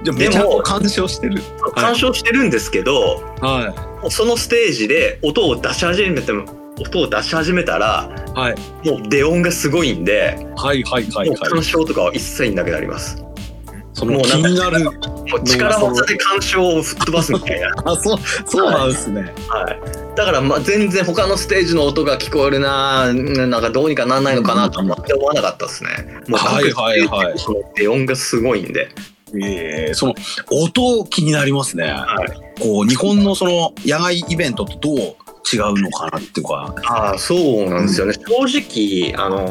じゃあめちゃめちゃ干渉してる。干渉してるんですけど、はい。そのステージで音を出し始めても音を出し始めたらはい。もう出音がすごいんで、はいはいはいもうはい干。渉とかは一切なくなりますそものう気なんかになる。もう力技で干渉を吹っ飛ばすみたいなあ、そう、そうなんですね。はい、だからまあ全然他のステージの音が聞こえるなうんなんかどうにかなんないのかなと思って思わなかったですね。もうはいはいはい各ステージの音がすごいんで、ええその音気になりますね。はいこう日本のその野外イベントとどう違うのかなっていうか、ああそうなんですよね、正直あの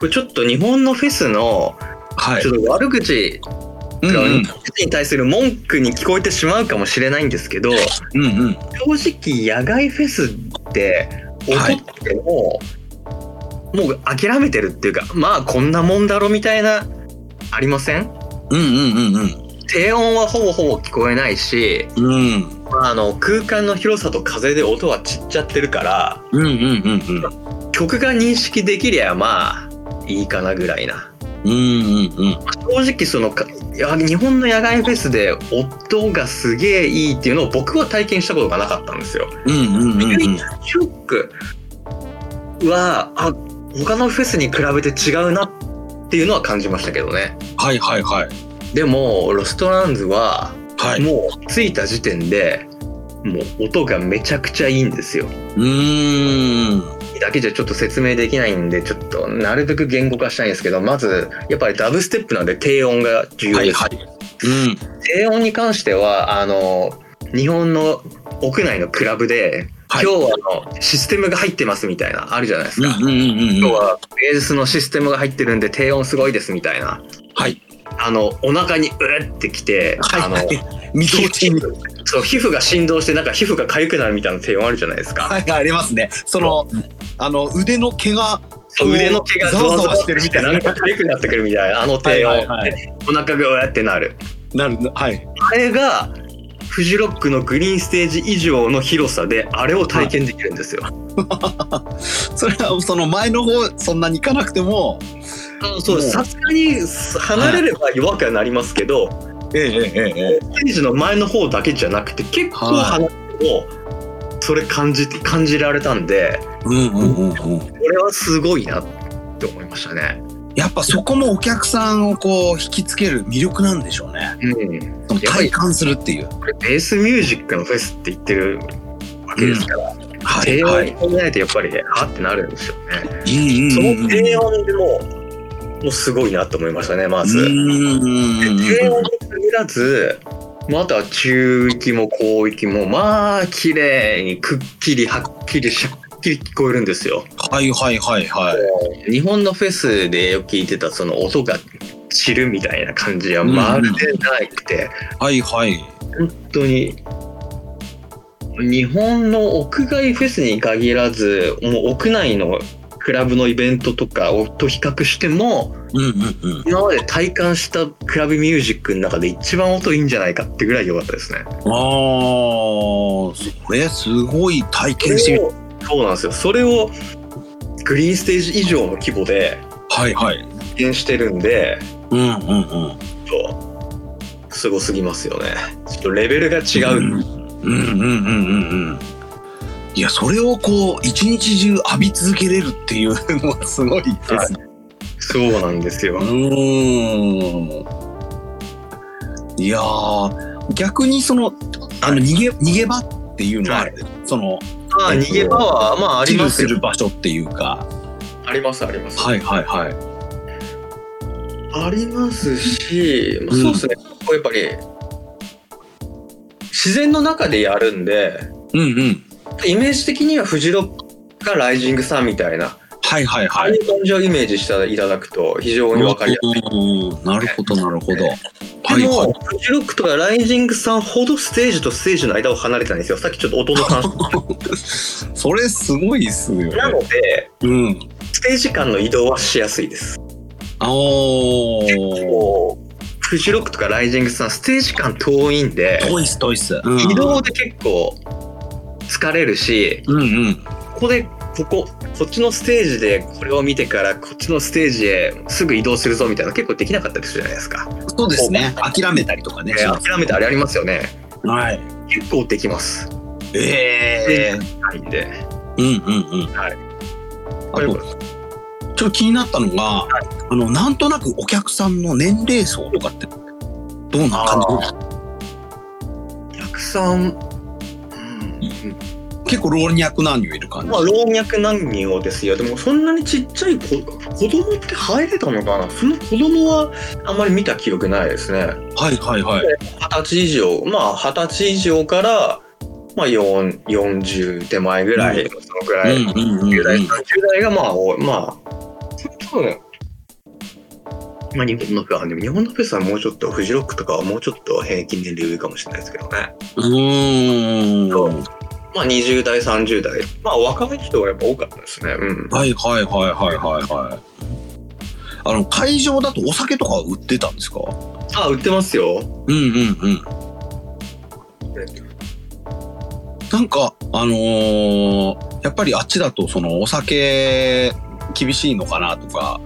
これちょっと日本のフェスのはちょっと悪口うんが、うんフェスに対する文句に聞こえてしまうかもしれないんですけどうんうん正直野外フェスって音はいってもう、もう諦めてるっていうかまあこんなもんだろみたいなありませんうんうんうん低音はほぼほぼ聞こえないし、うんうんまあ、あの空間の広さと風で音は散っちゃってるからうんうんうんうん曲が認識できりゃまあいいかなぐらいなうんうんうん正直そのかいや日本の野外フェスで音がすげえいいっていうのを僕は体験したことがなかったんですようんうんうんうんショックはあ他のフェスに比べて違うなっていうのは感じましたけどねはいはいはいでもロストランズははいもう着いた時点でもう音がめちゃくちゃいいんですようーんだけじゃちょっと説明できないんでちょっとなるべく言語化したいんですけどまずやっぱりダブステップなんで低音が重要はいです、はいうん低音に関してはあの日本の屋内のクラブで、はい今日はあのシステムが入ってますみたいなあるじゃないですか、うんうんうんうん今日はベースのシステムが入ってるんで低音すごいですみたいなはいあのお腹にうえってきて、あのはい見通しにそう皮膚が振動してなんか皮膚が痒くなるみたいな低音あるじゃないですか、はいありますねそのあの腕の毛がそう腕の毛がざわざわしてるみたいななんか痒くなってくるみたいなあの低音、はいはいはお腹がうわってなるなるはいあれがフジロックのグリーンステージ以上の広さであれを体験できるんですよ、それはその前の方そんなに行かなくてもあそうもうさすがに離れれば弱くはなりますけど、ええええええステージの前の方だけじゃなくて結構離れてもそれ感じて感じられたんでうんうんうんうんこれはすごいなって思いましたね。やっぱそこもお客さんをこう引きつける魅力なんでしょうねうん、その体感するっていうこれベースミュージックのフェスって言ってるわけですから、は低い音はにい込めないとやっぱりねあってなるんですよね。うんそうんの低音でももうすごいなと思いましたねまず。うん低音に限らずまあ、あとは中域も高域もまあ綺麗にくっきりはっきりしゃっきり聞こえるんですよ。はいはいはいはい日本のフェスでよく聞いてたその音が散るみたいな感じはまるでなくて、はいはい本当に日本の屋外フェスに限らずもう屋内のクラブのイベントとかと比較してもうんうんうん今まで体感したクラブミュージックの中で一番音いいんじゃないかってぐらい良かったですね。ああそれすごい体験してみそれをそうなんですよそれをグリーンステージ以上の規模ではいはい実現してるんでうんうんうんちょっとすごすぎますよね。ちょっとレベルが違う。うんうんうんうんうんいやそれをこう一日中浴び続けれるっていうのはすごいですね、そうなんですよ。うーんいやー逆にそのあの逃げ逃げ場っていうのは、はいそのまあ逃げ場はまああり治療ますすよる場所っていうかありますあります。はいはいはいありますし、まあうんそうですね、こうやっぱり自然の中でやるんで、うんうんイメージ的にはフジロックかライジングさんみたいな、はいはいああはいいう感じをイメージしていただくと非常に分かりやすい。うんなるほどなるほど、はいでも、はいフジロックとかライジングさんほどステージとステージの間を離れてたんですよ。さっきちょっと音 (laughs) の感想それすごいっすよねなので、うんステージ間の移動はしやすいです。おーこうフジロックとかライジングさん、ステージ間遠いんで、トイストイス、うん移動で結構疲れるし、うんうんここでこここっちのステージでこれを見てからこっちのステージへすぐ移動するぞみたいなの結構できなかったりするじゃないですか、そうですね諦めたりとかね、えー諦めてあれありますよねはい結構できますええはいんでうんうんうんはいあとちょっと気になったのが、あのなんとなくお客さんの年齢層とかってどうな感じたくさん、うん、結結構老若男女いる感じ。まあ、老若男女ですよ。でも、そんなにちっちゃい子、子供って入れたのかなその子供は、あんまり見た記憶ないですね。はいはいはい。二十歳以上、まあ、二十歳以上から、まあ、四40手前ぐらい、そのぐらい、うんうんうんうん10代、30代が、まあ、多いまあ、多分、まあ、日本のフェスは、でも日本のフェスはもうちょっと、フジロックとかはもうちょっと平均年齢上かもしれないですけどね。うーん。まあ、20代、30代。まあ、若い人がやっぱ多かったですね。うん。はいはいはいはいはいはい。あの会場だとお酒とか売ってたんですか。あ、売ってますよ。うんうんうん。なんかあのーやっぱりあっちだとそのお酒厳しいのかなとか、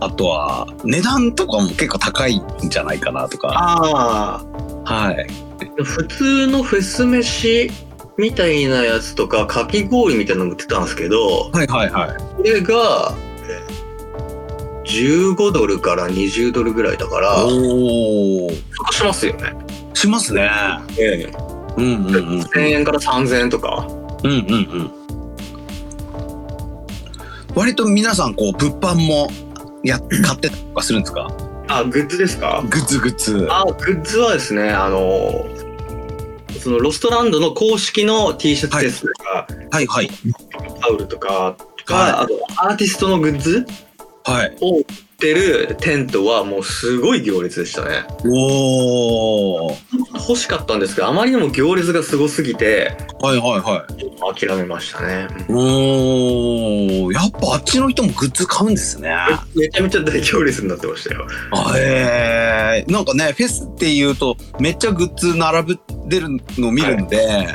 あとは値段とかも結構高いんじゃないかなとか。あはい。あ。普通のフェス飯みたいなやつとか、かき氷みたいなの売ってたんですけど、はいはいはい。これが、15ドルから20ドルぐらいだから、おお。そうしますよね。しますね。ええ。うんうんうん。 1000円から3000円とか。うんうんうん。割と皆さんこう物販もや買ってたりとかするんですか？あ、グッズですかグッズグッズ。あ、グッズはですね、あの、そのロストランドの公式の T シャツですとか、はいはいタオルとかが、はあとアーティストのグッズはい。を売ってるテントはもうすごい行列でしたねおお。はい欲しかったんですけどあまりにも行列がすごすぎてはいはい。諦めましたねおお。やっぱあっちの人もグッズ買うんですね。めちゃめちゃ大行列になってましたよへえなんかねフェスっていうとめっちゃグッズ並ぶでるのを見るんで、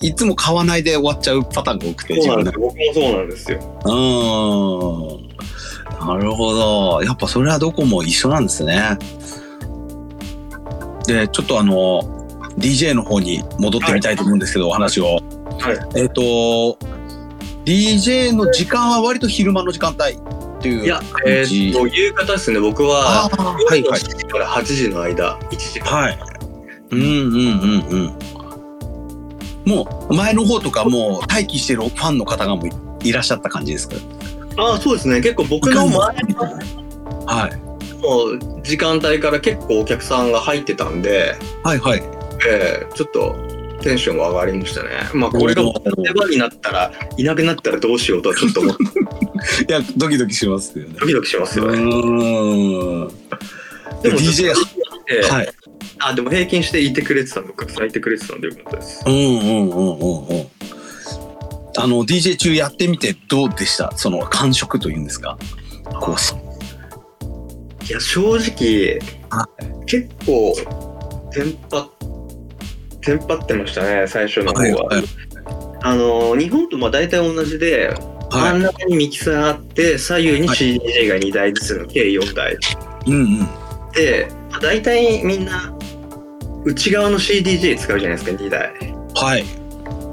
い、つも買わないで終わっちゃうパターンが多くてそうなのんです僕もそうなんですようーん。なるほど。やっぱそれはどこも一緒なんですね。で、ちょっとあの、DJ の方に戻ってみたいと思うんですけど、お話を。いえっ、と、DJ の時間は割と昼間の時間帯っていう。いやえーっと夕方ですね僕あはーは夜いのは7い。時から8時の間1時間はい。うんうんうんうん。もう前の方とかもう待機してるファンの方がもういいらっしゃった感じですかああそうですね結構僕の前のはい。時間帯から結構お客さんが入ってたんではいはい。ええちょっとテンションが上がりましたね。まあこれが出番になったらいなくなったらどうしようとはちょっと (laughs) 思っていや、ドキドキしますよねド。キドキしますようね。ーん。でも DJ ずっとええはい。あでも平均していてくれてたのか咲いてくれてたんでよかったです。うんうんうんうんうん。あの、DJ 中やってみてどうでしたその感触というんですかこうしいや正直は結構テンパテンパってましたね最初の方はいは。はいあの日本とまあ大体同じで、真はん中にミキサーあって左右にはい CDJ が2台ずつの計4台。い。うんうん。で大体みんな内側の CDJ 使うじゃないですか2台はい。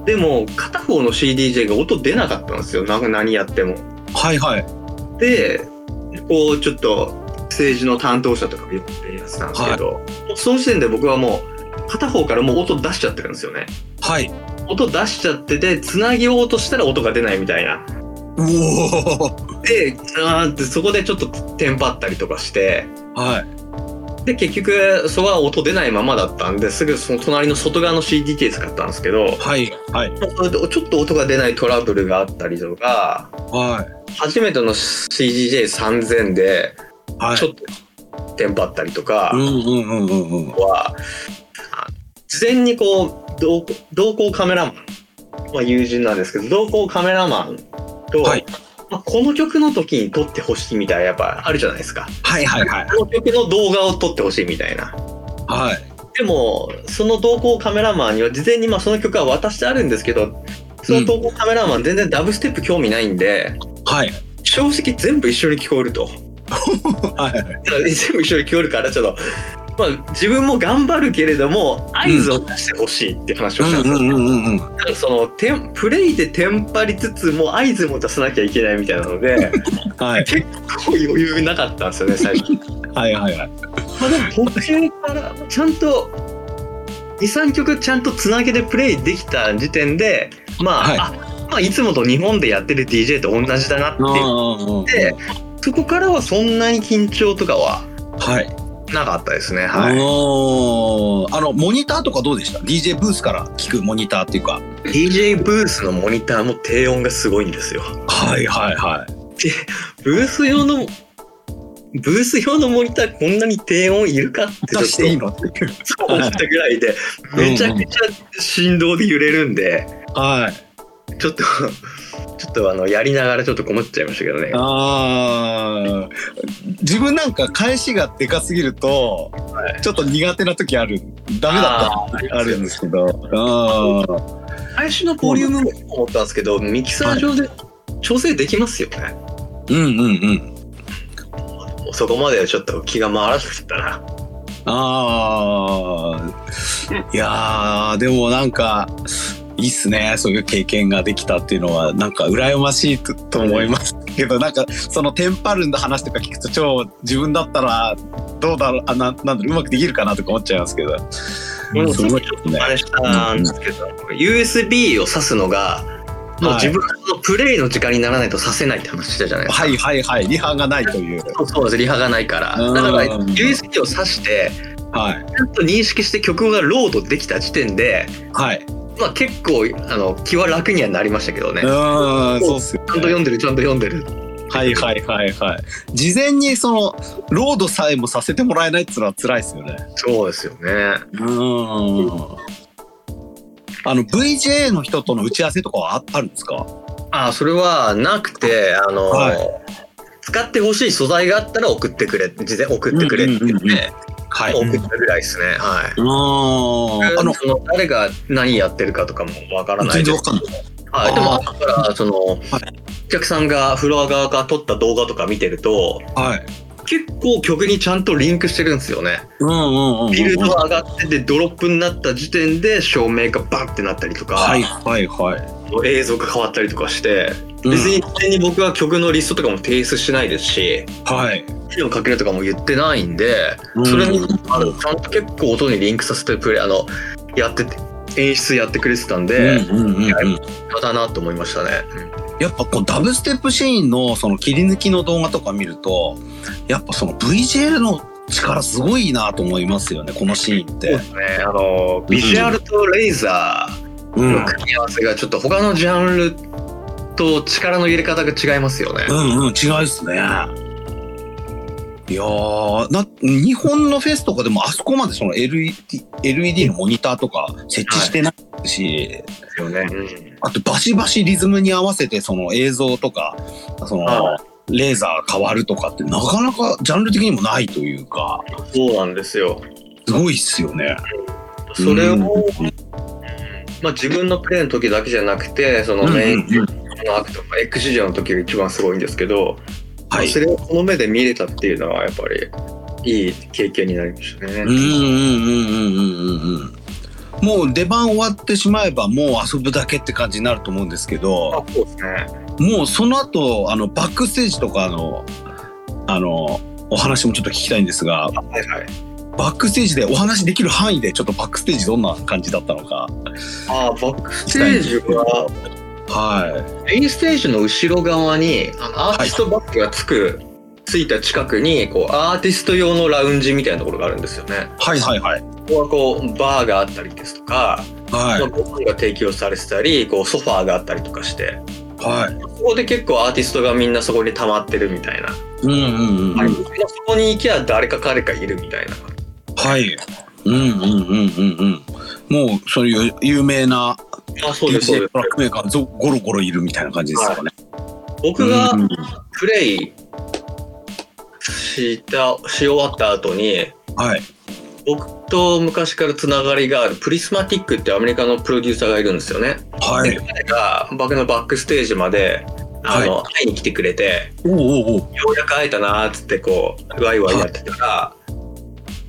でも片方の CDJ が音出なかったんですよなんか何やってもはいはい。でこうちょっと政治の担当者とかが言ってやつなんですけど、もうその時点で僕はもう片方からもう音出しちゃってるんですよねはい。音出しちゃっててつなぎようとしたら音が出ないみたいなうおーであーってそこでちょっとテンパったりとかしてはい。で結局そこは音出ないままだったんですぐその隣の外側の CDK 使ったんですけどはい。はい。それでちょっと音が出ないトラブルがあったりとかはい。初めての CDJ3000 ではい。ちょっとテンパったりとかうんうんうんうんうん。は、あ事前にこう同同行カメラマン、まあ、友人なんですけど同行カメラマンと、はいまあ、この曲の時に撮ってほしいみたいなやっぱあるじゃないですかはいはいはい。この曲の動画を撮ってほしいみたいな。はい。でもその同行カメラマンには事前にまあその曲は渡してあるんですけどその同行カメラマン全然ダブステップ興味ないんで、はい。正直全部一緒に聞こえると (laughs) はい。全部一緒に聞こえるからちょっと、まあ、自分も頑張るけれども合図を出してほしいって話をしたんですうんよ、うんうんうんうん。だからそのテンプレイでテンパりつつも合図も出さなきゃいけないみたいなの (laughs) ではい。結構余裕なかったんですよね最初はいはいはい。まあでも途中からちゃんと23曲ちゃんとつなげてプレイできた時点でまあ、はいあまあいつもと日本でやってる DJ と同じだなっうんてでそこからはそんなに緊張とかははい。なかったですねあはいのーあの、モニターとかどうでした ?DJ ブースから聞くモニターっていうか。 DJ ブースのモニターも低音がすごいんですよはいはいはブース用のブース用のモニターこんなに低音いるかってい。出しちていいょっのっていう。と思ったぐらいでうんうんめちゃくちゃ振動で揺れるんではい。ちょっと (laughs) ちょっとあのやりながらちょっと困っちゃいましたけどねああ。自分なんか返しがでかすぎると、ちょっと苦手な時ある。ダメだった時あるんですけど。あー最初のボリュームも思ったんですけどミキサー上で調整できますよね、うんうんうん。そこまではちょっと気が回らなかったなああ。いやー、でもなんか、いいっすね。そういう経験ができたっていうのは、なんか羨ましいとと思いますけど、なんか、そのテンパるんだ話とか聞くと、超自分だったら、どうだろう、あななんだろう、うまくできるかなとか思っちゃいますけど。うんすごいですねあ。れしたんですけど、USB を挿すのがもう自分のプレイの時間にならないと挿せないって話したじゃないですか、はいはいはい。リハがないという。そうそうですリハがないからうんだから USB を挿してはい。ちゃんと認識して曲がロードできた時点で、はい。まあ、結構あの気は楽にはなりましたけどね、うちーん、そうっすよゃんとね、読んでるちゃんと読んでるはいはいはいはい。事前にその、ロードさえもさせてもらえないっていうのは辛いですよね。そうですよねうーん。あの VJ の人との打ち合わせとかはああるんですか。あそれはなくてあの、は使ってほしい素材があったら送ってくれ事前送ってくれって言って、うんうんうんはう送ったぐらいですねはいーん。あのあのその誰が何やってるかとかもわからな全いで然すわかんない。はい、でもだからその、お客さんがフロア側から撮った動画とか見てるとはい。結構曲にちゃんとリンクしてるんですよねうんうんうんうんうん。ビルド上がっててドロップになった時点で照明がバッてなったりとか、はいはいはい。映像が変わったりとかしてうん別に事前に僕は曲のリストとかも提出しないですしはい。手をかけるとかも言ってないんでそれにうんあのちゃんと結構音にリンクさせてプレイあのやってて演出やってくれてたんで、うんうんうんうん。嫌だなと思いましたね。やっぱこうダブステップシーンのその切り抜きの動画とか見ると、やっぱその VJ の力すごいなと思いますよね。このシーンっそうてで。すね。あのビジュアルとレイザうーん。うの組み合わせがちょっと他のジャンルと力の入れ方が違いますよね。んうん違うっすね。いやーな日本のフェスとかでもあそこまでその LED, LED のモニターとか設置してないし、ですよね。うんあとバシバシリズムに合わせてその映像とかそのはレーザー変わるとかってなかなかジャンル的にもないというかそうなんですよ。すごいっすよね。それを、うんまあ自分のプレイの時だけじゃなくてそのメインのアクト、まあ X ジャンの時が一番すごいんですけど、はいそれをこの目で見れたっていうのはやっぱりいい経験になりましたね。うんうんうんうんうんうんうんもう出番終わってしまえばもう遊ぶだけって感じになると思うんですけどあそうですね。もうその後あのバックステージとかのあのお話もちょっと聞きたいんですがはいはい。バックステージでお話できる範囲でちょっとバックステージどんな感じだったのかあーバックステージははメインステージの後ろ側にあのアーティストバッグがつく、ついた近くにこうアーティスト用のラウンジみたいなところがあるんですよねい。はいはいはいここはこうバーがあったりですとか、はいまあご飯が提供されてたりこうソファーがあったりとかしてはいここで結構アーティストがみんなそこに溜まってるみたいな、うんうんうんうんあれそこに行きゃ誰か彼かいるみたいなはいうんうんうんうんうんもうそういう有名なあそうですそう DJ ですトラックメーカーがぞゴロゴロいるみたいな感じですよね。僕がうんうんプレイしたし終わった後にはい僕と昔からつながりがあるプリスマティックってアメリカのプロデューサーがいるんですよね。はで彼が僕のバックステージまであの、会いに来てくれておうおうおうようやく会えたなーっつってこうワイワイやってたら、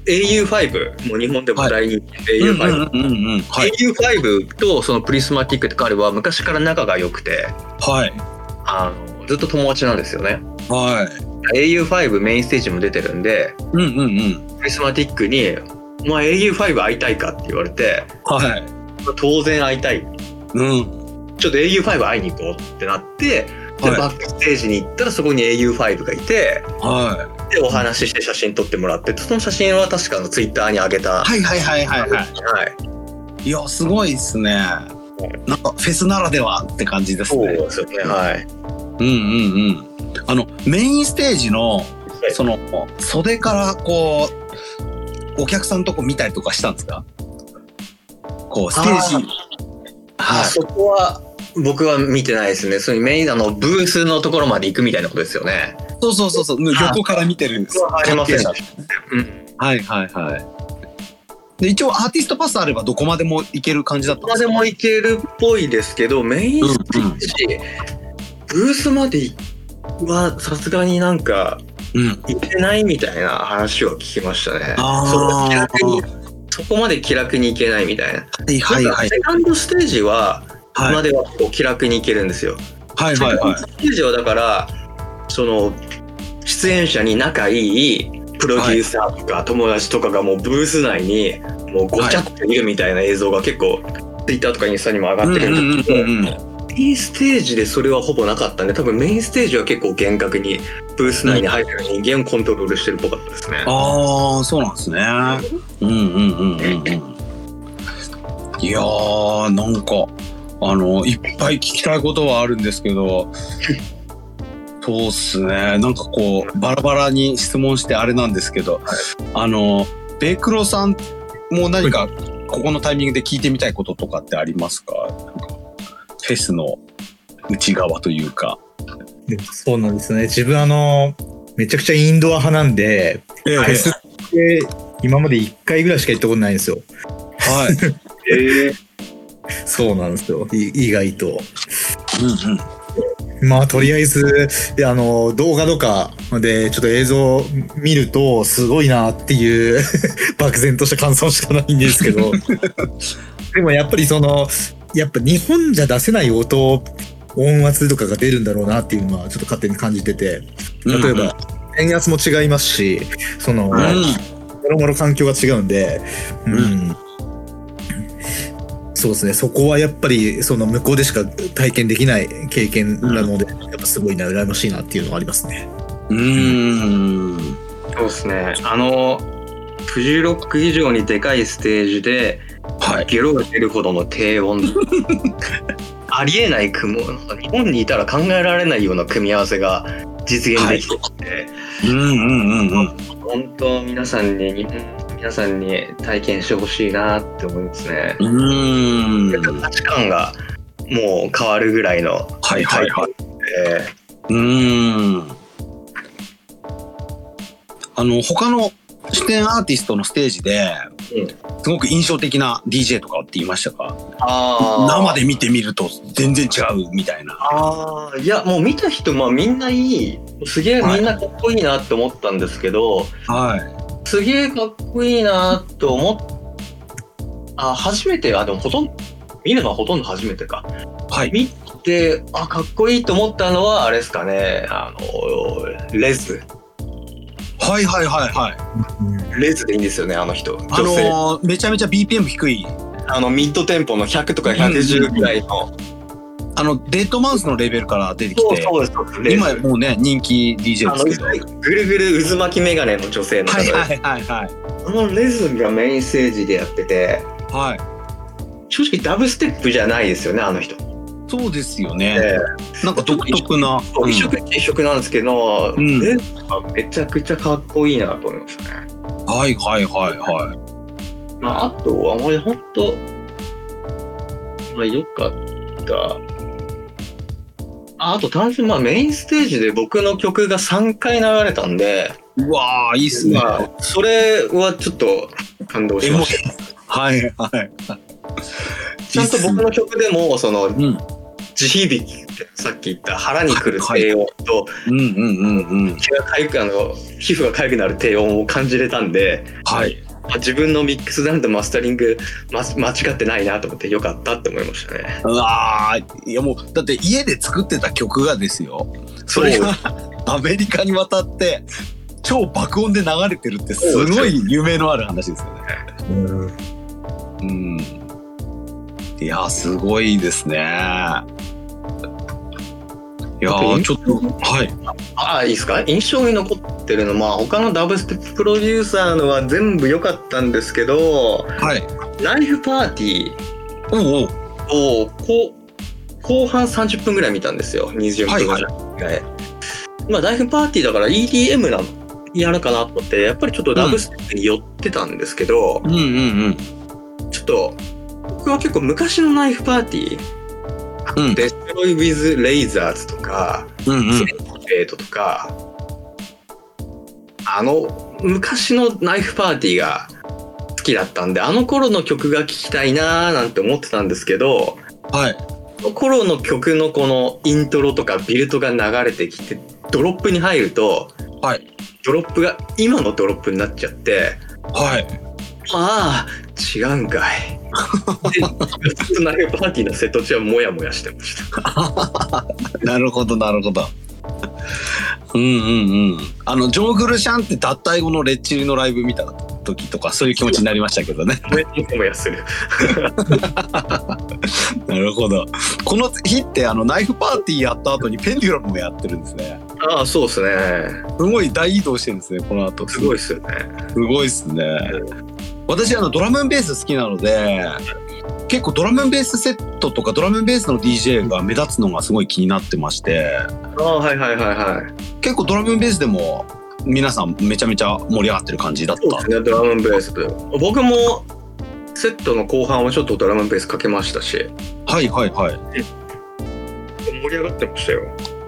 au5 もう日本でも大人気、うん au5、うんうんうんうん。はい。 au5 とそのプリスマティックって彼は昔から仲が良くてはい。あのずっと友達なんですよね。はい。 au5 メインステージも出てるんでうんうんうん。プリスマティックに「お前 au5 会いたいか?」って言われてはい。当然会いたいうん。ちょっと au5 会いに行こうってなって、ではいバックステージに行ったらそこに au5 がいてはでお話しして写真撮ってもらってその写真は確かあのツイッターに上げた、いはいはいはいはいははい、い。いや、すごいですね。なんかフェスならではって感じですそうね。ですよねはいうんうんうん。あのメインステージのいその袖からこうお客さんのとこ見たりとかしたんですか？こうステージ。あはい。そこは僕は見てないですねそのメインあのブースのところまで行くみたいなことですよねそうそうそうそう。横から見てるんです。は入れませんでしたはいはいはい。で一応アーティストパスあればどこまでも行ける感じだったんどこでますでか。も行けるっぽいですけどメインステージ、ブースまで行はさすがになんかうん。行けないみたいな話を聞きましたねあーそう気楽にそこまで気楽に行けないみたいなはいはいはいセカンドステージははいまではこう気楽に行けるんですよ、はいはいはい。ステージはだからその出演者に仲いいプロデューサーとか友達とかがもうブース内にもうごちゃっといるみたいな映像が結構 Twitter とかインスタにも上がってくるんですけど、うんうんうんうんメインステージでそれはほぼなかったんで多分メインステージは結構厳格にブース内に入ってる人間をコントロールしてるっぽかったですね。ああそうなんですね。うんうんうんうんうん。いやーなんかあのいっぱい聞きたいことはあるんですけど。そうっすね。なんかこうバラバラに質問してあれなんですけど、あのベイクロさんも何かここのタイミングで聞いてみたいこととかってありますか？なんかフェスの内側というか。でも (laughs) そうなんですね。自分あの、めちゃくちゃインドア派なんで、ええフェスって今まで1回ぐらいしか行ったことないんですよ。はい。そうなんですよ。い意外と。うんうん。まあ、とりあえず、いやあの、動画とかで、ちょっと映像を見ると、すごいなっていう、 (laughs) 漠然とした感想しかないんですけ (laughs) ど。でもやっぱりその、やっぱ日本じゃ出せない音、音圧とかが出るんだろうなっていうのは、ちょっと勝手に感じてて。例えば、円圧も違いますし、そうんの、うん。もろもろ環境が違うんで、うん。うそうですね。そこはやっぱり、その向こうでしか体験できない経験なので、やっぱすごいな、羨ましいなっていうのはありますね。うーん。そうですねあのフジロック以上にでかいステージではい。ゲロが出るほどの (laughs) 低音ありえない雲なんか日本にいたら考えられないような組み合わせが実現できてきて、うんうんうんうん。本当皆さんに日本の皆さんに体験してほしいなって思いますね、うーん。価値観がもう変わるぐらいのはいはいはい。えうーん。あの、他の視点アーティストのステージでう、すごく印象的な DJ とかって言いましたかー、あー生で見てみると全然違うみたいな。ああいやもう見た人まあみんないいすげえみんなかっこいいなって思ったんですけど、はい。すげえかっこいいなと思っあ初めてあでもほとんど見るのはほとんど初めてかはい。見てあかっこいいと思ったのはあれですかねあのレズはいはいはいはい。レズでいいんですよねあの人女あ性あののーめちゃめちゃ BPM 低い。ミッドテンポの100とか110ぐらいの、あの、デッドマウスのレベルから出てきそうて、そうそうレズ今もうね、人気 DJ あですのけど。はいぐるぐる渦巻きメガネの女性の方はで、いはいはい。あのレズがメインステージでやっててはい。正直ダブステップじゃないですよねあの人、そうですよえね。えなんか独特な。そう異色一色なんですけど、うんレズがめちゃくちゃかっこいいなと思いましたね。うんはいはいはいはい。まあ、あとは、あまり本当、まあ、よかった。ああと単純に、まあ、メインステージで僕の曲が3回流れたんで、うわー、いいっすね。まあ、それはちょっと感動しましはいはい。た。ちゃんと僕の曲でも、その、うん。地響きってさっき言った腹にくる低音と、うんうんうんうん。毛が痒く、あの、皮膚が痒くなる低音を感じれたんで、はい。あ自分のミックスダウンとマスタリング、ま、間違ってないなと思ってよかったって思いましたね。うわー、いやもう、だって家で作ってた曲がですよ。それがアメリカに渡って、超爆音で流れてるってすごい夢のある話ですよね。うん。いやーすごいですねいやーちょっとはいああいいですか印象に残ってるのまあ他のダブステッププロデューサーのは全部良かったんですけどはいライフパーティーおうおうをこ後半30分ぐらい見たんですよ20分ぐらい、まあライフパーティーだから EDM なのやるかなと思ってやっぱりちょっとダブステップに寄ってたんですけど、うんうんちょっと僕は結構昔のライフパーティーうんうんデストロイ・ウィズ・レイザーズとか、うんうんえーととか、あの、昔のナイフパーティーが好きだったんで、あの頃の曲が聴きたいなーなんて思ってたんですけど、はいあの頃の曲のこのイントロとかビルトが流れてきて、ドロップに入ると、はいドロップが今のドロップになっちゃって、はいああ、違うんかい。で、ずっとナイフパーティーの瀬戸ちはモヤモヤしてました。なるほどなるほどうんうんうんあのジョーグルシャンって脱退後のレッチリのライブ見た時とかそういう気持ちになりましたけど (laughs) ねモヤモヤする。なるほどこの日ってあのナイフパーティーやった後にペンデュラムもやってるんですねああ、そうですね。すごい大移動してるんですねこの後すごいいですよね。すごいですね私あのドラムンベース好きなので結構ドラムンベースセットとかドラムンベースの DJ が目立つのがすごい気になってましてああ、はいはいはいはい。結構ドラムンベースでも皆さんめちゃめちゃ盛り上がってる感じだっそうですね、ドラムンベース。僕もセットの後半はちょっとドラムンベースかけましたし、たはいはいはい盛り上がってましたよ。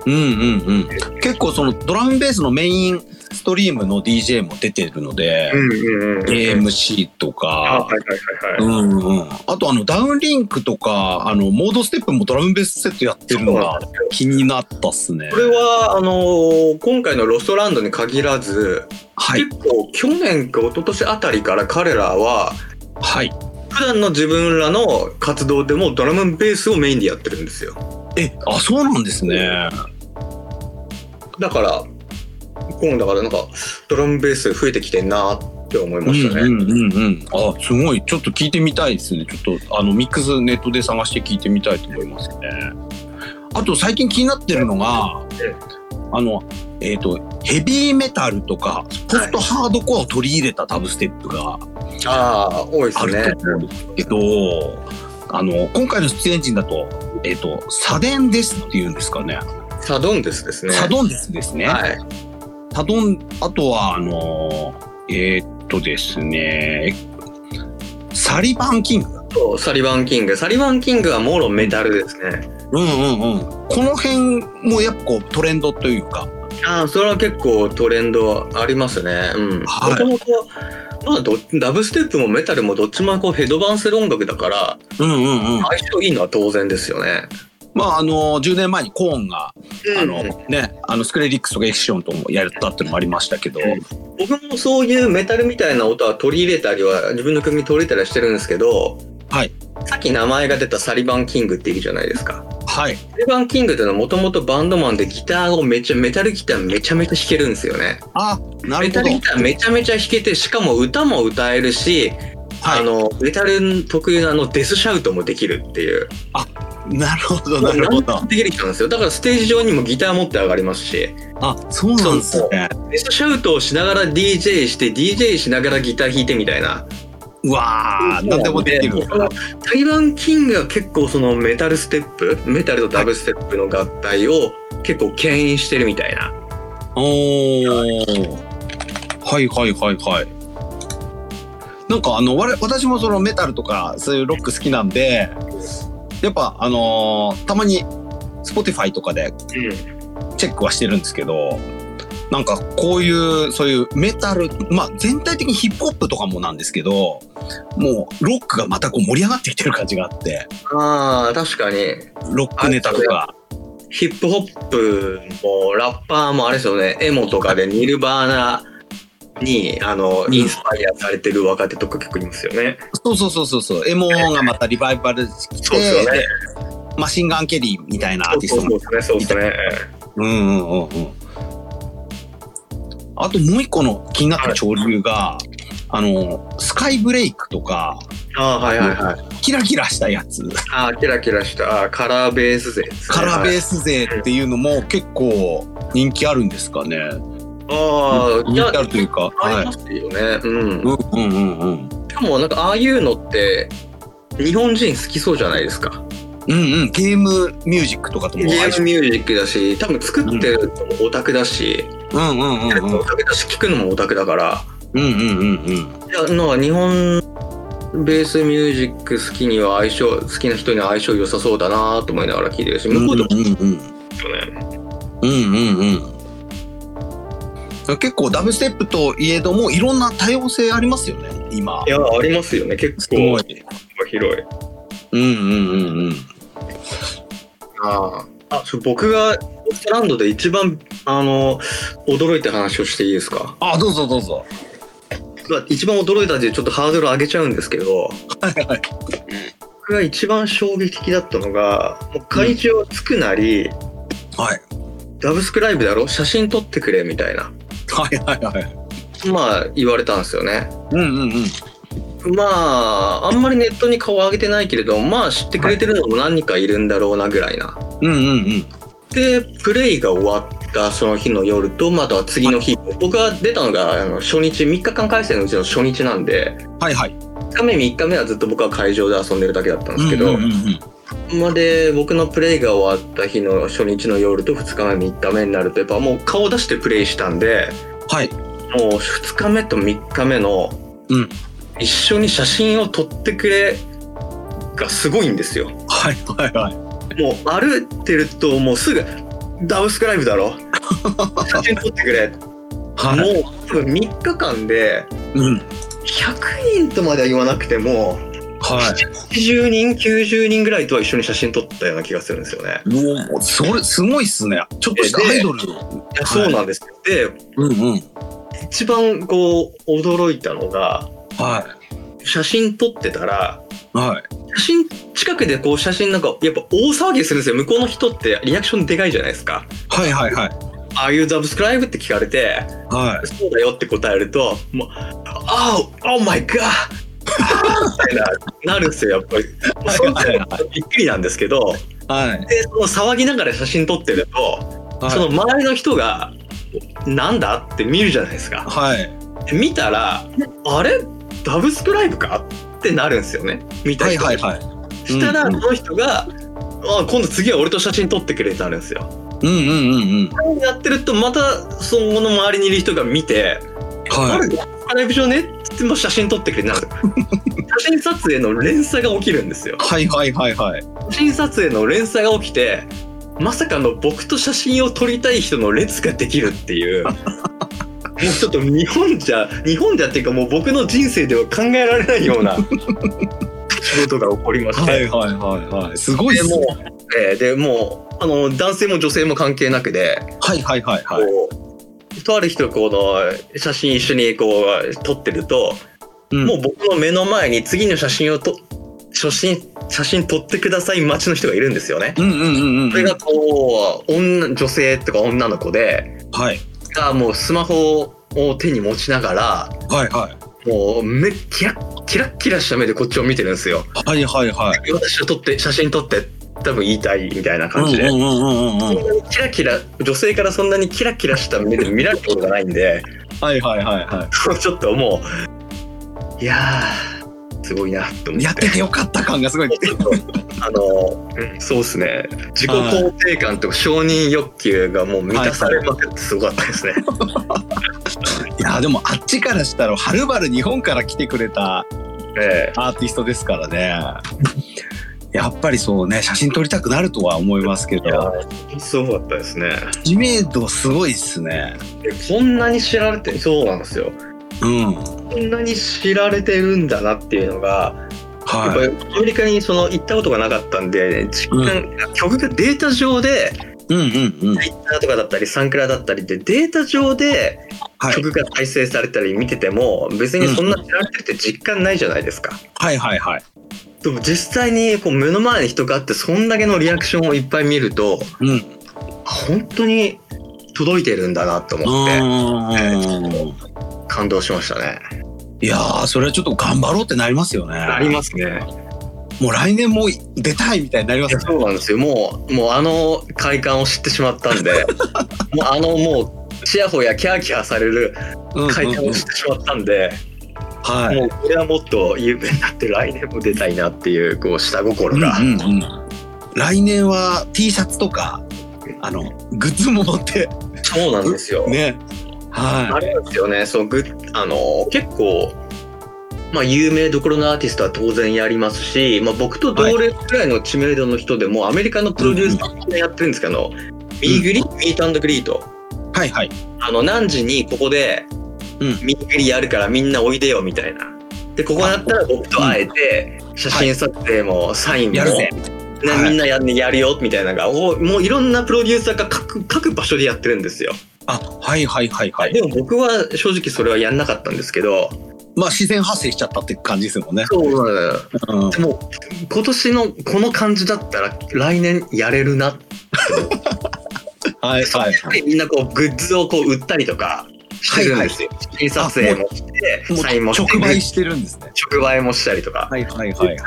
うんうんうん結構そのドラムンベースのメインストリームの DJ も出てるので、うんうんうん。 AMC とあかはいはいはいはうい。んうん、あとあのダウンリンクとかあのモードステップもドラムンベースセットやってるのが気になったっすね。これは、あのー今回のロストランドに限らず、はい結構去年か一昨年あたりから彼らは、はい普段の自分らの活動でもドラムンベースをメインでやってるんですよ。えあそうなんですね。だから、今だからなんか、ドラムンベース増えてきてんなって思いましたね。うんうんうんうん。あすごいちょっと聞いてみたいですね。ちょっとあのミックスネットで探して聞いてみたいと思いますね。あと最近気になってるのがええあのえっ、とヘビーメタルとかポストハードコアを取り入れたダブステップがああ、多いであすね。ると思うんですけど、あの今回の出演陣だとえっ、とサデンですっていうんですかね。サドンデスですね。サドンですですね。はい。サドン、あとは、あのーえーっとですね、サリバンキング。そうサリバンキング。サリバンキングはもろメタルですね。うんうんうん。この辺もやっぱこうトレンドというか。ああ、それは結構トレンドありますね。うん。もはいともと、まあど、ダブステップもメタルもどっちもこうヘドバンする音楽だから、うんうんうん。相性いいのは当然ですよね。まあ、あのー、10年前にコーンが、あのうん、ね、あの、スクレリックスとかエクションともやったっていうのもありましたけど、僕もそういうメタルみたいな音は取り入れたりは、自分の組に取り入れたりはしてるんですけど、はい。さっき名前が出たサリバンキングっているじゃないですか。はい。サリバンキングっていうのはもともとバンドマンでギターをめちゃ、メタルギターめちゃめちゃ弾けるんですよね。あ、なるメほタどル。ギターめちゃめちゃ弾けてしかも歌も歌えるし、はあい。のメタル特有のあのデスシャウトもできるっていうなるほど、なるほど。できる人なんですよだからステージ上にもギター持って上がりますしあ、そうなんですね。デスシャウトをしながら DJ して DJ しながらギター弾いてみたいなうわー、なんでもできる。その台湾キングは結構そのメタルステップメタルとダブステップの合体を結構牽引してるみたいなおーはいはいはいはいなんかあの我々私もそのメタルとかそういうロック好きなんでやっぱあのーたまに Spotify とかでうチェックはしてるんですけどなんかこういうそういうメタルまあ全体的にヒップホップとかもなんですけどもうロックがまたこう盛り上がってきてる感じがあってんあー確かにロックネタとかヒップホップもラッパーもあれですよね、エモとかでニルバーナにあのんインスパイアされてる若手とか結構いますよね。そうそうそうそうそうエモがまたリバイバルしてそうですよねでマシンガンケリーみたいなアーティストそうもそうですね、そうですね。うんうんうんうん。あともう一個の気になった潮流が、あの、スカイブレイクとか、ああ、はいはいはい。キラキラしたやつ、あーキラキラしたあーカラーベース勢ですね、カラーベースス勢っていうのも結構人気あるんですかね。ああい人や気あるというか、あはりい。ますよね、うんうんうんうんうん。でもなんかああいうのって日本人好きそうじゃないですかうんうん、ゲームミュージックとかとゲも相ー性ムミュージックだし多分作ってるのもオタクだし、うんうんうんうんオタクだし聞くのもオタクだからうんうんうんうんいやなんか日本ベースミュージック好きには相性好きな人には相性良さそうだなと思いながら聞いてるし向こうでもうんうんですよね、うんうんうん結構ダブステップといえどもいろんな多様性ありますよね今いやありますよね結す構ごい広いうんうんうんうんあああそう僕がオストランドで一番あの驚いた話をしていいですかあどうぞどうぞまあ一番驚いたんでちょっとハードル上げちゃうんですけど僕が一番衝撃的だったのがもう会場着くなり、はいダブスクライブだろ写真撮ってくれみたいなはいはいはいまあ言われたんですよねうんうんうんまああんまりネットに顔上げてないけれどまあ知ってくれてるのも何人かいるんだろうなぐらいな、うんうんうんでプレイが終わったその日の夜とまたは次の日僕が出たのがあの初日3日間開催のうちの初日なんではいはい2日目3日目はずっと僕は会場で遊んでるだけだったんですけど、うんうんうんまあで僕のプレイが終わった日の初日の夜と2日目3日目になるとやっぱもう顔出してプレイしたんではいもう2日目と3日目のうん一緒に写真を撮ってくれがすごいんですよ。はいはいはいもう歩いてるともうすぐ「ダウスクライブだ (laughs) ろ写真撮ってくれ」はいもう多分3日間でうん100人とまでは言わなくてもはい80人90人ぐらいとは一緒に写真撮ったような気がするんですよね。もうそれすごいっすねちょっとしたアイドルいやそうなんですよ、でうんうん一番こう驚いたのがは写真撮ってたらいはい写真近くでこう写真なんかやっぱ大騒ぎするんですよ向こうの人ってリアクションでかいじゃないですか。はいはいはいああいうザブスクライブって聞かれてはいそうだよって答えると、もう、ああ、オーマイガー (laughs) みたいな、なるんですよ、やっぱり。その時はびっくりなんですけど、はいで、その騒ぎながら写真撮ってると、その周りの人が、なんだって見るじゃないですか。はいで見たら、あれダブスクライブかってなるんですよね、見たはい人。はいはいしたら、うそんの人が、あ今度次は俺と写真撮ってくれってなるんですよ。うんうんうんうんやってると、また、その周りにいる人が見て、あはいるアライブ上ねっつっても写真撮ってくれにな (laughs) る写真撮影の連鎖が起きるんですよはいはいはいはい写真撮影の連鎖が起きてまさかの僕と写真を撮りたい人の列ができるってい (laughs) うもうちょっと日本じゃ日本じゃっていうかもう僕の人生では考えられないような仕事が起こりまして、はいはいはいはいすごいっですもねう、えーでもうあの男性も女性も関係なくではいはいはいはいこうとある人この写真一緒にこう撮ってると、うんもう僕の目の前に次の写真をと写真写真撮ってください待ちの人がいるんですよね。うんうんうんうんそれがこう女女性とか女の子ではいがもうスマホを手に持ちながらはいはいもう目キラッキラッキラした目でこっちを見てるんですよ。はいはいはい私を撮って写真撮って多分言いたいみたいな感じで。うんうんうんうんうそんんなにキラキラ女性からそんなにキラキラした目で見られたことがないんではいはいはいはちょっともう、いやー、すごいなと思っいて。やっててよかった感がすごいあの、うんそうですね。自己肯定感とか承認欲求がもう満たされまくってすごかったですね。いやでもあっちからしたらはるばる日本から来てくれたえアーティストですからねやっぱりそうね写真撮りたくなるとは思いますけえいやどーすごかったですね。知名度すごいっすねでこんなに知られて、そうなんですよ。うんこんなに知られてるんだなっていうのが、はやっぱりアメリカにその行ったことがなかったんで、実感、曲がデータ上で、いうんうんうん Twitter とかだったり、サンクラだったりで、データ上で、はい曲が再生されたり見てても別にそんな知られてるって実感ないじゃないですか、はいはいはいでも実際にこう目の前に人があってそんだけのリアクションをいっぱい見るとうんあ本当に届いてるんだなとう思ってーん感動しましたねいやーそれはちょっと頑張ろうってなりますよね。ありますねもう来年も出たいみたいになりますやね。そうなんですよもうもうあの快感を知ってしまったん (laughs) でもうあのもうちやほやキャーキャーされるうんうんうん快感を知ってしまったんで、はい。もうこれはもっと有名になって来年も出たいなっていうこう下心が、うんうんうん来年は T シャツとか、あの、グッズも持って、そうなんですよ、ね。はあれなんですよねそうグあの結構まあ有名どころのアーティストは当然やりますし、まあ、僕と同齢くらいの知名度の人でもアメリカのプロデューサーもやってるんですけど、ミーグリミートグリートい。はいはい。あの何時にここでうんミーグリやるからみんなおいでよみたいなでここだったら僕と会えて写真撮影もサインも、やるぜ。ねはいみんなややるよみたいなのがおもういろんなプロデューサーが各各場所でやってるんですよあ、はいはいはいはい。でも僕は正直それはやんなかったんですけどまあ自然発生しちゃったって感じですもんね。そうなのようんでも今年のこの感じだったら来年やれるなっはいはいはい。てみんなこうグッズをこう売ったりとかしてるんですよ写真撮影もしてもうサインもして直売してるんですね。直売もしたりとかはいはいはいはい、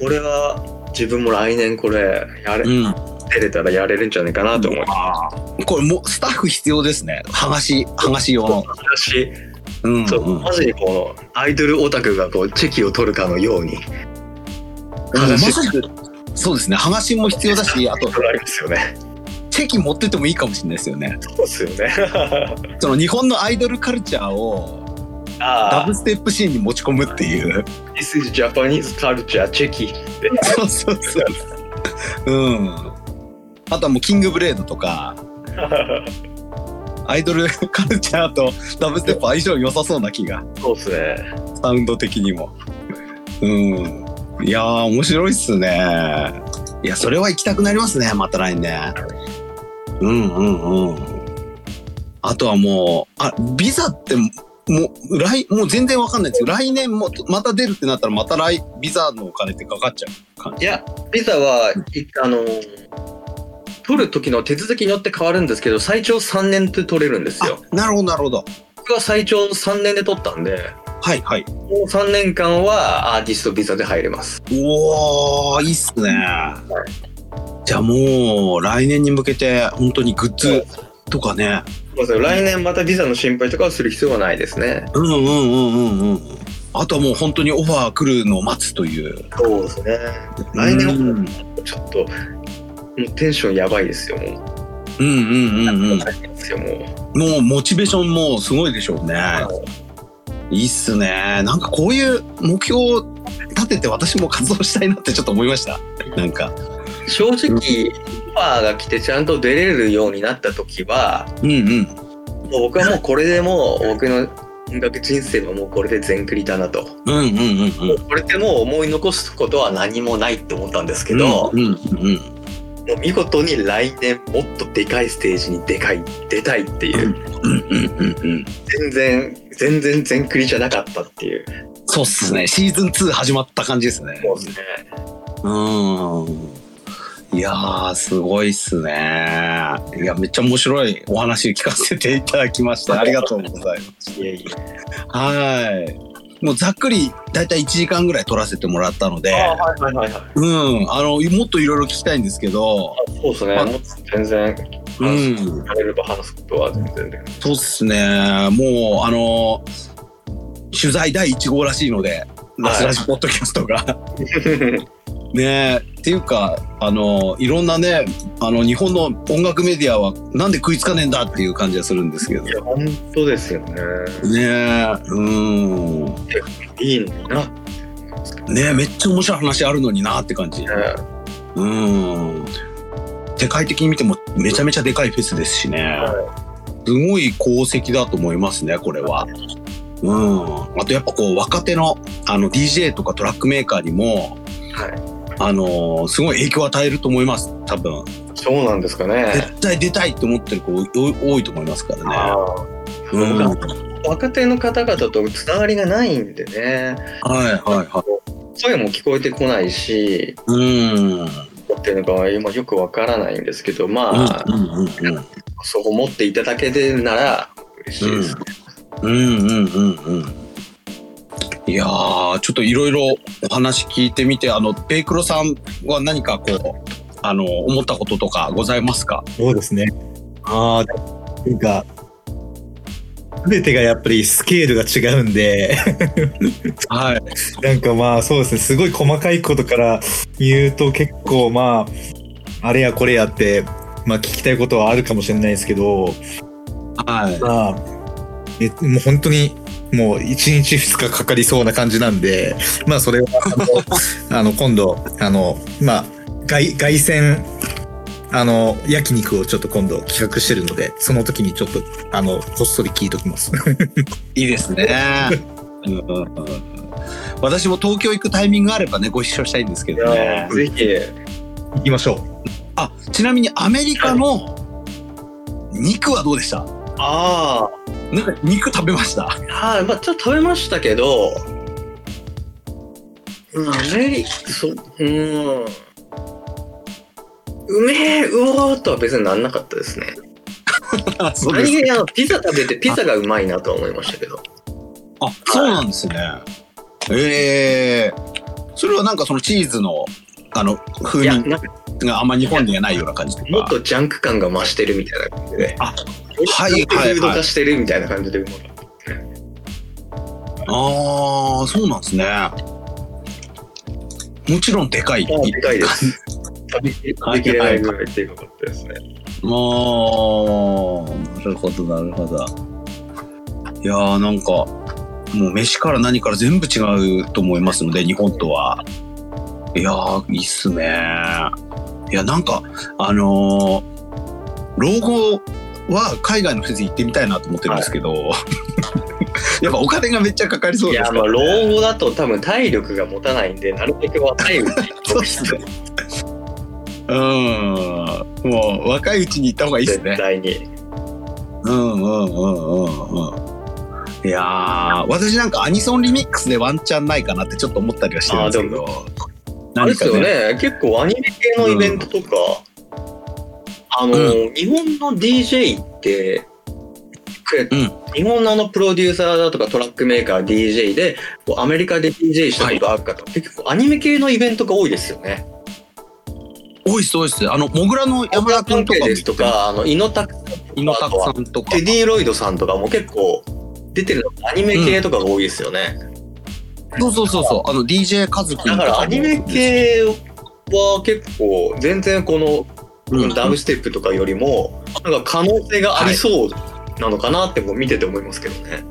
これは自分も来年これやれ、うん。出れたらやれるんじゃないかなと思います。これもうスタッフ必要ですね。剥がし、剥がし用の。私、うんうん。そうマジにこのアイドルオタクがこうチェキを取るかのようにうんま話さにそうですね。剥がしも必要だし、あと取られますよね。チェキ持ってってもいいかもしれないですよね。そうですよね。その日本のアイドルカルチャーをダあブステップシーンに持ち込むっていう。あ、This is Japanese culture チェキ。そうそうそう。うん。あとはもうキングブレードとか、アイドルカルチャーとダブステップ相性良さそうな気が。 (laughs) そうですね。サウンド的にも。うん。いやー、面白いっすね。いや、それは行きたくなりますね、また来年。うんうんうん。あとはもう、あ、ビザっても、もう、来、もう全然わかんないですけど、来年も、また出るってなったら、また来、ビザのお金ってかかっちゃう感いじ。や、ビザは、いあの、取る時の手続きによって変わるんですけど、最長3年って取れるんですよ。あ、なるほど、なるほど。僕は最長3年で取ったんで、はいはい。この3年間はアーティストビザで入れます。おおいいっすね。じゃあもう、来年に向けて、本当にグッズとかね。そうですね来年またビザの心配とかはする必要はないですね。うんうんうんうんうん。あとはもう本当にオファー来るのを待つという。そうですね。来年うんうんちょっと、もうテンションやばいですよ、もうう。んうんうん。大変ですよ、もう。もうモチベーションもすごいでしょうね。いいっすね。なんかこういう目標を立てて私も活動したいなってちょっと思いました。なんか。正直、オファーが来てちゃんと出れるようになった時は、うんうん。もう僕はもうこれでもう僕の音楽人生ももうこれで全クリだなと、うんうんうんうもん。うこれでもう思い残すことは何もないって思ったんですけど、うんうんうん。もう見事に来年もっとでかいステージにでかい出たいっていう、うんうんうんうん。全然全然全クリじゃなかったっていうそうっすね。シーズン2始まった感じですね。もうですねうん。いやー、すごいっすね。いや、めっちゃ面白いお話聞かせていただきました。ありがとうございます。いえいはい。もうざっくり、だいたい1時間ぐらい取らせてもらったのでえ、あはいはいはいはいうん。あの、もっといろいろ聞きたいんですけど、そうですねあもう全然う話すん。やれれば話すことは全然できるそうっすね。もう、あの、取材第1号らしいので、ラスラジポッドキャストが。ねえっていうかあのいろんなねあの日本の音楽メディアはなんで食いつかねえんだっていう感じがするんですけどいねや本当ですよねえうんねいいのにな、えめっちゃ面白い話あるのになって感じうん世界的に見てもめちゃめちゃでかいフェスですしねすごい功績だと思いますねこれはうんあとやっぱこう若手のあの DJ とかトラックメーカーにもはい、あのすごい影響を与えると思います多分そうなんですかね絶対出たいって思ってる子お多いと思いますからね。ああうん、はい若手の方々とつながりがないんでねはいは声も聞こえてこないしい。うん。うんどうやっていうのか今よくわからないんですけどまあ、うんうんうん。そこ持っていただけるなら嬉しいです、うんうんうんうん。いやー、ちょっといろいろお話聞いてみて、あの、ペイクロさんは何かこう、あの、思ったこととかございますかそうですね。ああ、なんか、すべてがやっぱりスケールが違うんで、はい。なんかまあそうですね、すごい細かいことから言うと結構まあ、あれやこれやって、まあ聞きたいことはあるかもしれないですけど、はい。まあ、えもう本当に、もう1日2日かかりそうな感じなんで、まあそれは、あの、あの (laughs) 今度、あの、まあ、外、外線、あの、焼肉をちょっと今度企画してるので、その時にちょっと、あの、こっそり聞いときます。 (laughs) いいですね。うんうんうん私も東京行くタイミングがあればね、ご一緒したいんですけいどやねー。ぜひ行きましょう。あ、ちなみにアメリカの肉はどうでしたああなんか肉食べま (laughs) した。はい、まあ、ちょっと食べましたけど、うん、アメリそ、うん。うめえ、うおーとは別になんなかったですね。あそうで何す気にあの、ピザ食べて、ピザがうまいなとは思いましたけど。あ、そうなんですね。ええそれはなんかそのチーズの、あの、い風や、味なんかがあんま日本にはないような感じともっか。とジャンク感が増してるみたいな感じで。あはいはいはいフード化してるみたいな感じでうまかった。ああ、そうなんですね。もちろんでかい。あーでかいです。食べき食べきれないぐらいでかかったですね。もう、なるほど、なるほど。いやー、なんか、もう飯から何から全部違うと思いますので、日本とは。いやー、いいっすねいや、なんか、あのー老後は海外の施設行ってみたいなと思ってるんですけ (laughs) ど、やっぱお金がめっちゃかかりそういですや、からまあ、ね老後だと多分体力が持たないんで、なるべく若いうちにそうですね。うん。もう、若いうちに行った方がいいです絶ね。対に。うんうんうんうんうん。いやー私なんかアニソンリミックスでワンチャンないかなってちょっと思ったりはしてるんですけどあれ何ですかよねね、結構アニメ系のイベントとか、あの、日本の DJ って、くうん日本のあのプロデューサーだとかトラックメーカー DJ でこうアメリカで DJ したことある方って結構アニメ系のイベントが多いですよね。多いです多いですあのモグラの山田君とかもですとかあの猪田君井とのか拓あとさはんとかテディ・ロイドさんとかも結構出てるのがアニメ系とかが多いですよね。そうそうそうそうあの DJ カズ君とだもからアニメ系は結構全然このうんダムステップとかよりもなんか可能性がありそうなのかなってもう見てて思いますけどね。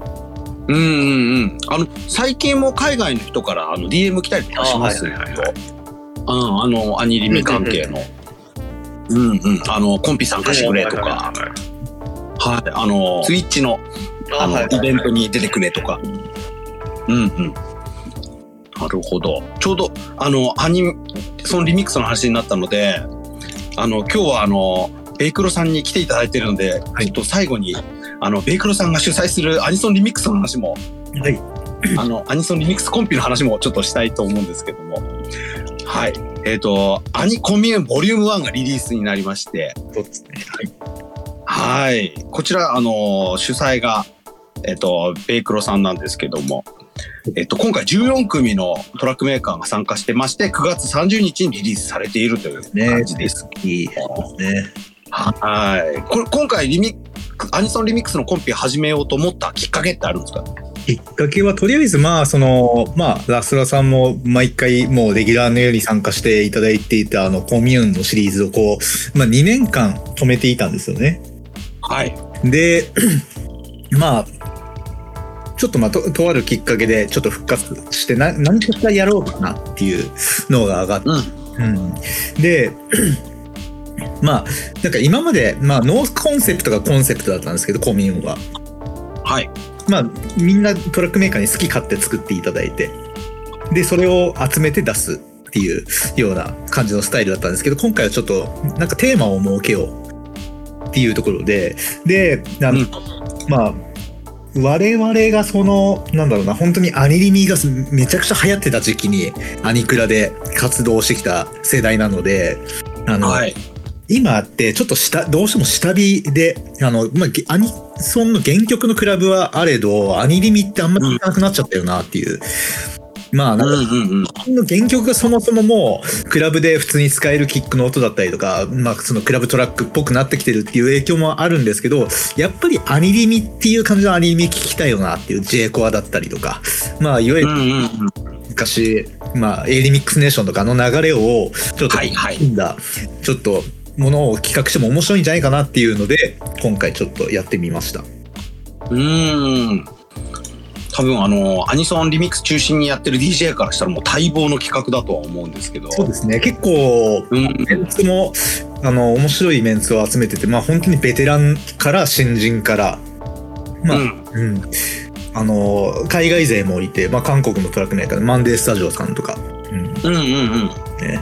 うんうんうんあの最近も海外の人からあの DM 来たりとかしますねうんあのアニリミ関係のうんうんあのコンピ参加してくれとかはいあのスイッチのああの、はいイベントに出てくれとか。うんうん。なるほど。ちょうど、あの、アニメ、そのリミックスの話になったので、あの、今日はあの、ベイクロさんに来ていただいてるので、ちょっと最後に、あの、ベイクロさんが主催するアニソンリミックスの話も、はい。あの、アニソンリミックスコンピの話もちょっとしたいと思うんですけども。はい。えっ、と、アニコミューンボリューム1がリリースになりまして、そうですね。はい。こちら、あの、主催が、えっと、ベイクロさんなんですけども、えっと、今回14組のトラックメーカーが参加してまして、9月30日にリリースされているという感じです。いいですね。はい。これ、今回リミック、アニソンリミックスのコンピ始めようと思ったきっかけってあるんですかきっかけはとりあえずまあそのまあラスラさんも毎回もうレギュラーのように参加していただいていたあのコミューンのシリーズをこう、まあ、2年間止めていたんですよね。はい。で (clears throat) まあちょっとまあととあるきっかけでちょっと復活してな何かしらやろうかなっていうのが上がっうん。うん、で (clears throat) まあなんか今まで、まあ、ノーコンセプトがコンセプトだったんですけどコミューンははい。まあみんなトラックメーカーに好き勝手作っていただいてでそれを集めて出すっていうような感じのスタイルだったんですけど今回はちょっとなんかテーマを設けようっていうところでであの、うんまあ我々がそのなんだろうな本当にアニリミがめちゃくちゃ流行ってた時期にアニクラで活動してきた世代なのであの、はい。今ってちょっと下、どうしても下火で、あの、まあ、げアニソンの原曲のクラブはあれど、アニリミってあんまり聞かなくなっちゃったよなっていう。まあ、なんかうんうんの原曲がそもそももうクラブで普通に使えるキックの音だったりとか、まあ、そのクラブトラックっぽくなってきてるっていう影響もあるんですけどやっぱりアニリミっていう感じのアニリミ聞きたいよなっていう J コアだったりとかまあいわゆうるんうんうん昔、まあ、A リミックスネーションとかの流れをちょっとはいはい組んだ、ちょっとものを企画しても面白いんじゃないかなっていうので今回ちょっとやってみました。うーん多分あのアニソンリミックス中心にやってる DJ からしたらもう待望の企画だとは思うんですけどそうですね結構うんメンツもあの面白いメンツを集めてて、まあ、本当にベテランから新人から、まあうんうんあの海外勢もいて、まあ、韓国のトラックメーカーマンデースタジオさんとか、うんうんうんうんね、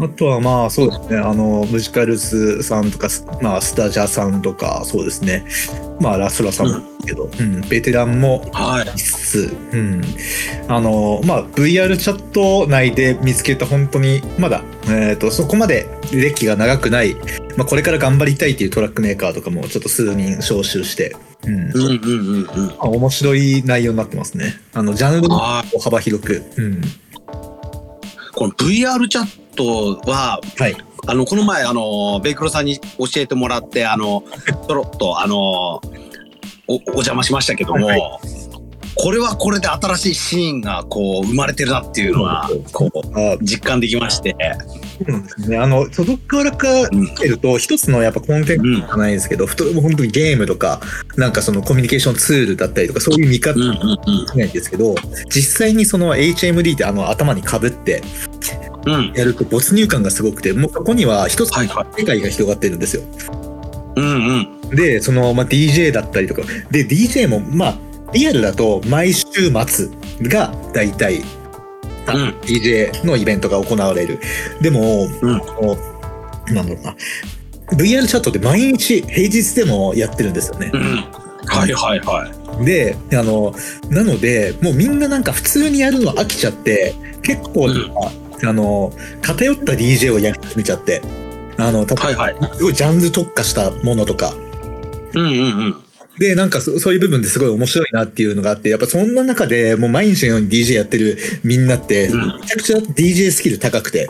あとはまあそうですねあのムジカルスさんとか、スまあ、スタジャさんとかそうですね、まあ、ラスラさんもですけど、うんベテランもはいしつつ、うん、あのまあ VR チャット内で見つけた本当にまだ、えー、とそこまで歴が長くない、まあ、これから頑張りたいっていうトラックメーカーとかもちょっと数人招集して、うんうんうんうんうんまあ面白い内容になってますねあのジャンルもはい幅広く、うん、この VR チャットははいあのこの前あのベイクロさんに教えてもらってあのちょろっとあのおお邪魔しましたけども、はこれはこれで新しいシーンがこう生まれてるなっていうのはこうあ実感できまして、そうなんですねあの届くからかうん見てると一つのやっぱコンテンツうんじゃないですけど、ふともう本当にゲームとかなんかそのコミュニケーションツールだったりとかそういう見方うんうんないんですけど実際にその HMD ってあの頭にかぶってうんうんやると没入感がすごくてもうここには一つはいのはい世界が広がってるんですよ。うんうんでその、まあ、DJ だったりとかで DJ もまあリアルだと毎週末が大体あうん DJ のイベントが行われる。でも、うんあのなんだろうな VR チャットって毎日平日でもやってるんですよね。うんはいはいはいで、あの、なので、もうみんななんか普通にやるの飽きちゃって、結構、うんあの、偏った DJ をやり始めちゃって、あの、たはいはいすごいジャンル特化したものとか、うんうんうんで、なんかそそういう部分ですごい面白いなっていうのがあって、やっぱそんな中でもう毎日のように DJ やってるみんなって、うんめちゃくちゃ DJ スキル高くて、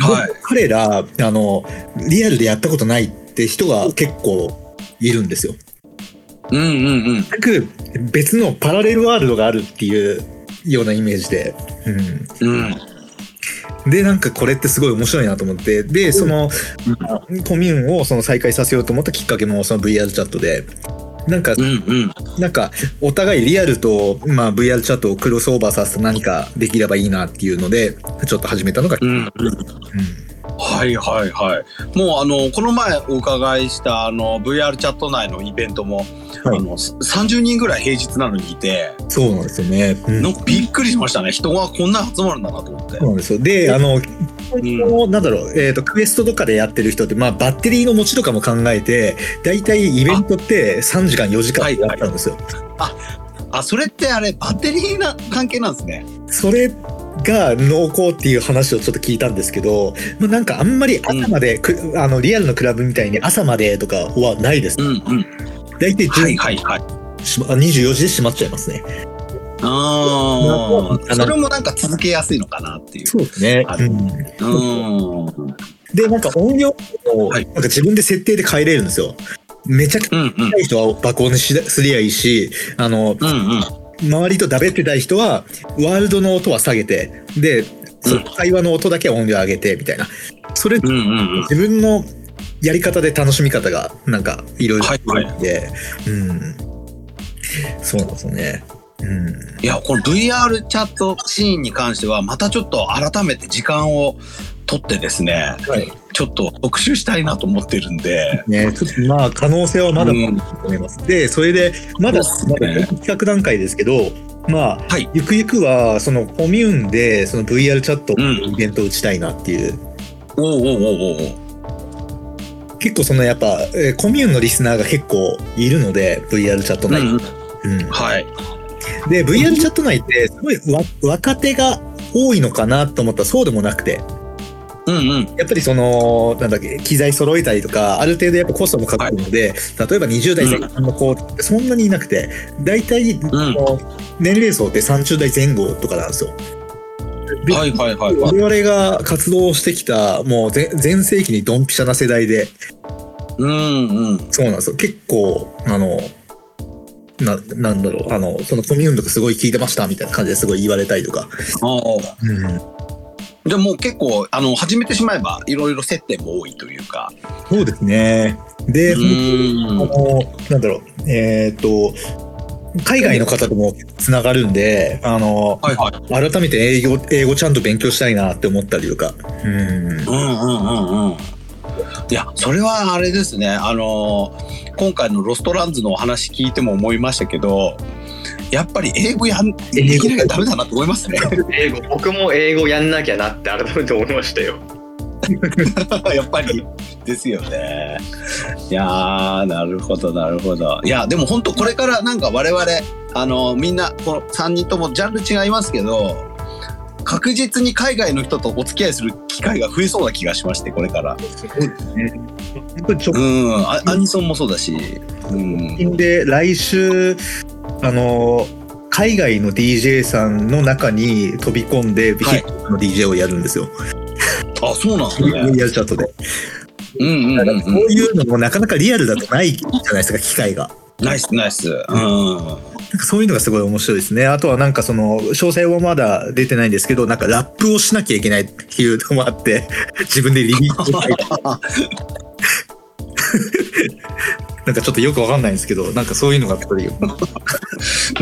はい彼ら、あの、リアルでやったことないって人が結構いるんですよ。うんうんうん全く別のパラレルワールドがあるっていうようなイメージで、うんうん、でなんかこれってすごい面白いなと思ってでその、コミューンをその再開させようと思ったきっかけもその VR チャットでなんか、うんうんなんかお互いリアルと、まあ、VR チャットをクロスオーバーさせて何かできればいいなっていうのでちょっと始めたのが、うんうんはいはいはい。もうあのこの前お伺いしたあの VR チャット内のイベントも、はいあのす30人ぐらい平日なのにいて、うんそうなんですよね。うんのびっくりしましたね。人がこんな集まるんだなと思ってそう。なんですよ。で、あの、なんだろう、えっ、と、クエストとかでやってる人って、まあ、バッテリーの持ちとかも考えて、大体イベントって3時間、4時間はいやったんですよ。あ、それってあれバッテリーな関係なんですね。それが濃厚っていう話をちょっと聞いたんですけど、まあ、なんかあんまり朝まで、くあの、リアルのクラブみたいに朝までとかはないですう。んうん。大体はい10はいはい。しま24時で閉まっちゃいますね。あああ、のそれもなんか続けやすいのかなっていう。うですねん、うん。うんで、なんか音量を、はいなんか自分で設定で変えれるんですよ。めちゃくちゃうんうん高い人は爆音にしすりゃいいし、あの、うん。周りとだべってたい人はワールドの音は下げてでその会話の音だけは音量上げてみたいなそれうんうんうん。自分のやり方で楽しみ方がなんかいろいろはいはいあるんで、うんそうなんですよねうんいやこの VR チャットシーンに関してはまたちょっと改めて時間を取ってですね、はいちょっと特集したいなと思ってるんで。ねちょっとまあ可能性はまだうんと思います、でそれでまだそうまですねだ企画段階ですけどまあ、はいゆくゆくはそのコミューンでその VR チャットうんイベントを打ちたいなっていうおうおうおうおう結構そのやっぱ、えーコミューンのリスナーが結構いるので VR チャットおう。内、うん、うんはい。で VR チャット内ってすごいわ若手が多いのかなと思ったらそうでもなくてうんうん。やっぱりその、なんだっけ、機材揃えたりとか、ある程度やっぱコストもかかるので、例えば20代前半の子ってそんなにいなくて、大体、その年齢層って30代前後とかなんですよ。ではいはいはいはい。我々が活動してきた、もう全全盛期にドンピシャな世代で、うんうん。そうなんですよ。結構、あの、な、なんだろう、あの、そのコミューンとかすごい聞いてましたみたいな感じですごい言われたりとか。あうん。あ。でもう結構、あの、始めてしまえば、いろいろ接点も多いというか。そうですね。で、うんあの、なんだろう、えーっと、海外の方ともつながるんで、あの、はいはい。改めて英語、英語ちゃんと勉強したいなって思ったりとか。ううんうんん。うんうん。いや、それはあれですね。あの、今回のロストランズのお話聞いても思いましたけど、やっぱり英語やん、できなきゃダメだなと思いますね。英語僕も英語やんなきゃなって改めて思いましたよ (laughs) やっぱりですよね。いやーなるほどなるほど。いやでも本当これからなんか我々あのみんなこの3人ともジャンル違いますけど確実に海外の人とお付き合いする機会が増えそうな気がしましてこれから。やっぱり直うんあアニソンもそうだし。うん、近で来週、あの、海外の DJ さんの中に飛び込んで、ビヒットの DJ をやるんですよ。あそうなんですね。リアルチャットで。うんうんうんこういうのもなかなかリアルだとないじゃないですか、機会が。ナイスナイス。うんなんかそういうのがすごい面白いですね。あとはなんかその、詳細はまだ出てないんですけど、なんかラップをしなきゃいけないっていうのもあって、 (laughs) 自分でリリースを書いて。 (laughs) なんかちょっとよくわかんないんですけど、なんかそういうのがやっぱり。い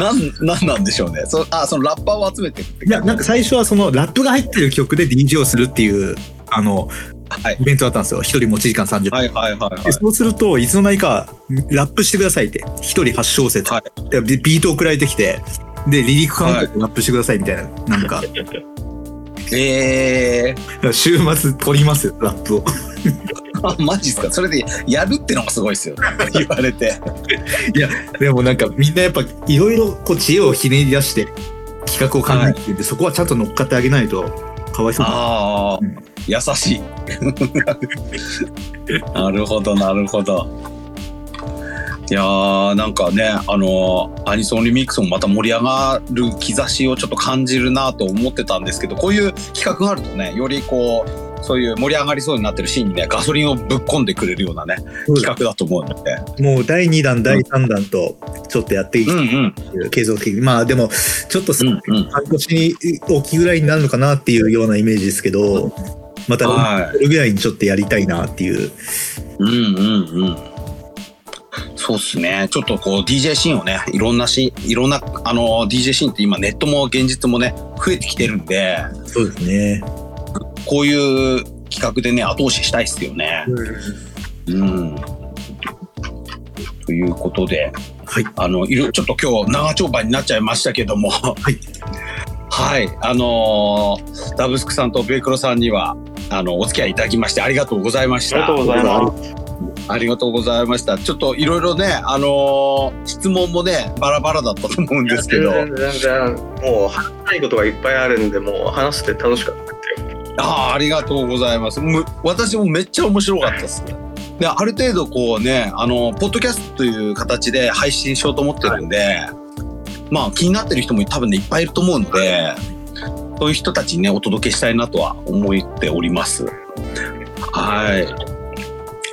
なんなんなんでしょうね。そあそのラッパーを集めてるってや、なんか最初はそのラップが入ってる曲で DJ をするっていう、あの、はいイベントだったんですよ。一人持ち時間30分。はいはいはいはいで。そうすると、いつの間にか、ラップしてくださいって、一人8小節、はでビビート送られてきて、で、リリックカウントでラップしてくださいみたいな、なんか、えー、週末撮りますよ、ラップを。あマジですかそれでやるってのがすごいですよ (laughs) 言われてでもなんか、みんなやっぱ、いろいろ、こう、知恵をひねり出して、企画を考えてて、そこはちゃんと乗っかってあげないと、かわいそうだああうん優し (laughs) いなるほどなるほどいやーなんかねあのーアニソンリミックスもまた盛り上がる兆しをちょっと感じるなと思ってたんですけどこういう企画があるとねよりこうそういう盛り上がりそうになってるシーンにねガソリンをぶっ込んでくれるようなね企画だと思うのでもう、第2弾、第3弾と、ちょっとやっていきうんたういんっていう、継続的に。まあ、でも、ちょっとさ、うんうん半年に大きいぐらいになるのかなっていうようなイメージですけど、また、はいそれぐらいにちょっとやりたいなっていう。うんうんうん。そうっすね。ちょっとこう DJ シーンをね、いろんなし、いろんな、あの、DJ シーンって今ネットも現実もね、増えてきてるんで、そうですね。こういう企画でね、後押ししたいっすよね。うん。ということで、はい。あの、いろ、ちょっと今日長丁場になっちゃいましたけども、はい。はい。あのーダブスクさんとベイクロさんには、あの、お付き合いいただきましてありがとうございました。すありがとうございました。ちょっといろいろね、あのー質問もね、バラバラだったと思うんですけ全ど、然全然もう話したいことがいっぱいあるんでもう話して楽しかったあーありがとうございます。む私もめっちゃ面白かったですね。で、ある程度こうね、あのポッドキャストという形で配信しようと思ってるんで、まあ気になってる人も多分ね、いっぱいいると思うので、そういう人たちにね、お届けしたいなとは思っております。はい。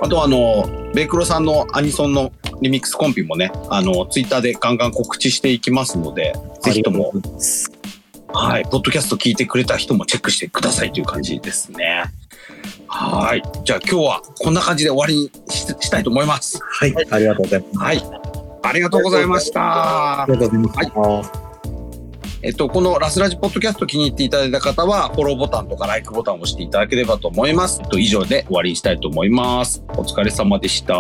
あとあの、ベイクロさんのアニソンのリミックスコンピもね、あの、ツイッターでガンガン告知していきますので、ぜひとも、はい、ポッドキャスト聞いてくれた人もチェックしてくださいという感じですね。はい。じゃあ今日はこんな感じで終わりにししたいと思います。はい、ありがとうございます。はい。ありがとうございましたあ。りがとうございます。えっと、このラスラジポッドキャスト気に入っていただいた方は、フォローボタンとかライクボタンを押していただければと思います。えっと、以上で終わりにしたいと思います。お疲れ様でした。